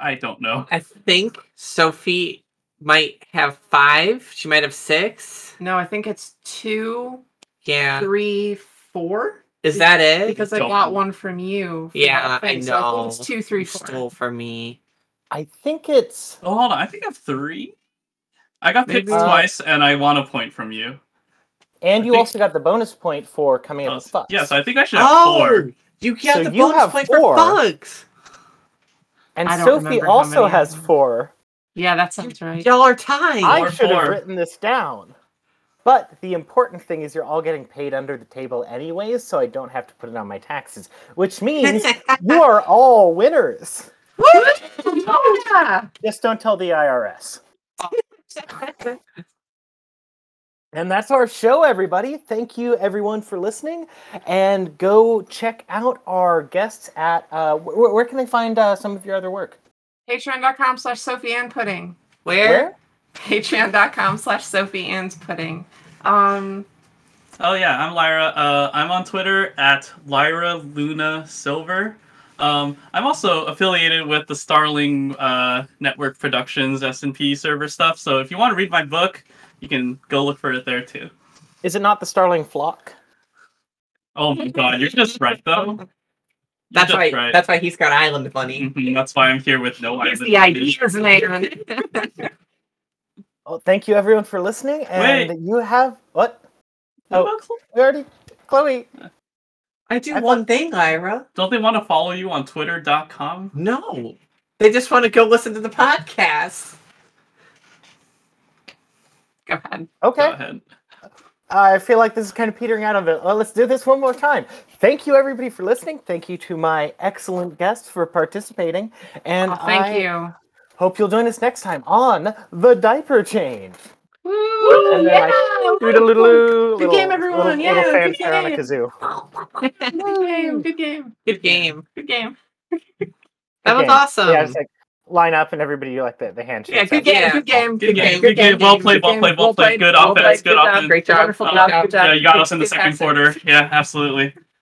Speaker 3: I don't know.
Speaker 1: I think Sophie might have five. She might have six.
Speaker 4: No, I think it's two,
Speaker 1: Yeah.
Speaker 4: three, four.
Speaker 1: Is that it?
Speaker 4: Because I
Speaker 3: Don't-
Speaker 4: got one from you. for
Speaker 1: Yeah,
Speaker 4: that
Speaker 1: I
Speaker 4: thing, so think
Speaker 1: know.
Speaker 4: it's two,
Speaker 1: you
Speaker 4: three, four.
Speaker 1: stole for me.
Speaker 2: I think it's.
Speaker 3: Oh, hold on. I think I have three. I got picked
Speaker 4: Maybe-
Speaker 2: Uh,
Speaker 3: twice, and I want a point from you.
Speaker 2: And
Speaker 3: I
Speaker 2: you
Speaker 3: think-
Speaker 2: also got the bonus point for coming up
Speaker 3: Oh,
Speaker 2: with fucks.
Speaker 3: yes, I think I should have
Speaker 4: Oh!
Speaker 3: four.
Speaker 1: Oh! you get
Speaker 2: So
Speaker 1: the
Speaker 2: you
Speaker 1: bonus
Speaker 2: have
Speaker 1: point
Speaker 2: four.
Speaker 1: for bugs.
Speaker 2: and
Speaker 4: I don't
Speaker 2: Sophie
Speaker 4: remember how
Speaker 2: also
Speaker 4: many I
Speaker 2: has
Speaker 4: have.
Speaker 2: four.
Speaker 4: Yeah, that sounds right.
Speaker 1: Y'all are tied.
Speaker 3: Or
Speaker 2: I should
Speaker 3: four.
Speaker 2: have written this down. But the important thing is you're all getting paid under the table anyways, so I don't have to put it on my taxes, which means you are all winners.
Speaker 4: Yeah.
Speaker 2: Just don't tell the IRS. And that's our show, everybody. Thank you, everyone, for listening. And go check out our guests at uh, wh- where can they find uh, some of your other work?
Speaker 4: Patreon.com slash Sophie Ann Pudding.
Speaker 1: Where?
Speaker 4: Patreon.com slash Sophie Ann's Pudding. Um,
Speaker 3: Oh yeah, I'm Lyra. Uh, I'm on Twitter at Lyra Luna Silver. Um, I'm also affiliated with the Starling uh, Network Productions S&P server stuff. So if you want to read my book, you can go look for it there too.
Speaker 2: Is it not the Starling Flock?
Speaker 3: Oh my god, you're just right though. You're
Speaker 1: That's
Speaker 3: just
Speaker 1: why. That's why he's got island money.
Speaker 3: Mhm, that's why I'm here with no
Speaker 4: Here's
Speaker 3: island.
Speaker 4: the ideas, man.
Speaker 2: Well, thank you everyone for listening. And you have what? Oh, we already Chloe.
Speaker 1: I do
Speaker 2: I
Speaker 1: one thing, Ira.
Speaker 3: Don't they want to follow you on Twitter.com?
Speaker 1: No, they just want to go listen to the podcast.
Speaker 4: Go ahead.
Speaker 3: Go
Speaker 2: Okay.
Speaker 3: ahead.
Speaker 2: I feel like this is kind of petering out a bit. Well, let's do this one more time. Thank you everybody for listening. Thank you to my excellent guests for participating. And
Speaker 4: Oh, thank
Speaker 2: I
Speaker 4: you.
Speaker 2: hope you'll join us next time on the diaper change.
Speaker 4: Woo,
Speaker 2: And then I- Doodle-doodle-doo,
Speaker 1: Good
Speaker 2: little-
Speaker 1: game, everyone.
Speaker 2: Little,
Speaker 1: Yeah,
Speaker 2: little
Speaker 1: good
Speaker 2: fanfare on a
Speaker 1: game.
Speaker 2: kazoo.
Speaker 4: good game. Good game.
Speaker 1: Good game.
Speaker 4: Good game.
Speaker 1: That was
Speaker 2: Okay.
Speaker 1: awesome.
Speaker 2: Yeah, it's like line up and everybody like the, the handshake.
Speaker 4: Yeah, good game.
Speaker 1: Yeah.
Speaker 4: Good game.
Speaker 3: Good game, good game, well played, well played, well played, good offense, good
Speaker 4: job,
Speaker 3: offense.
Speaker 4: Great job. Wonderful
Speaker 3: Uh,
Speaker 4: job. Good job.
Speaker 3: yeah, you got us in the second
Speaker 4: Fantastic.
Speaker 3: quarter. Yeah, absolutely.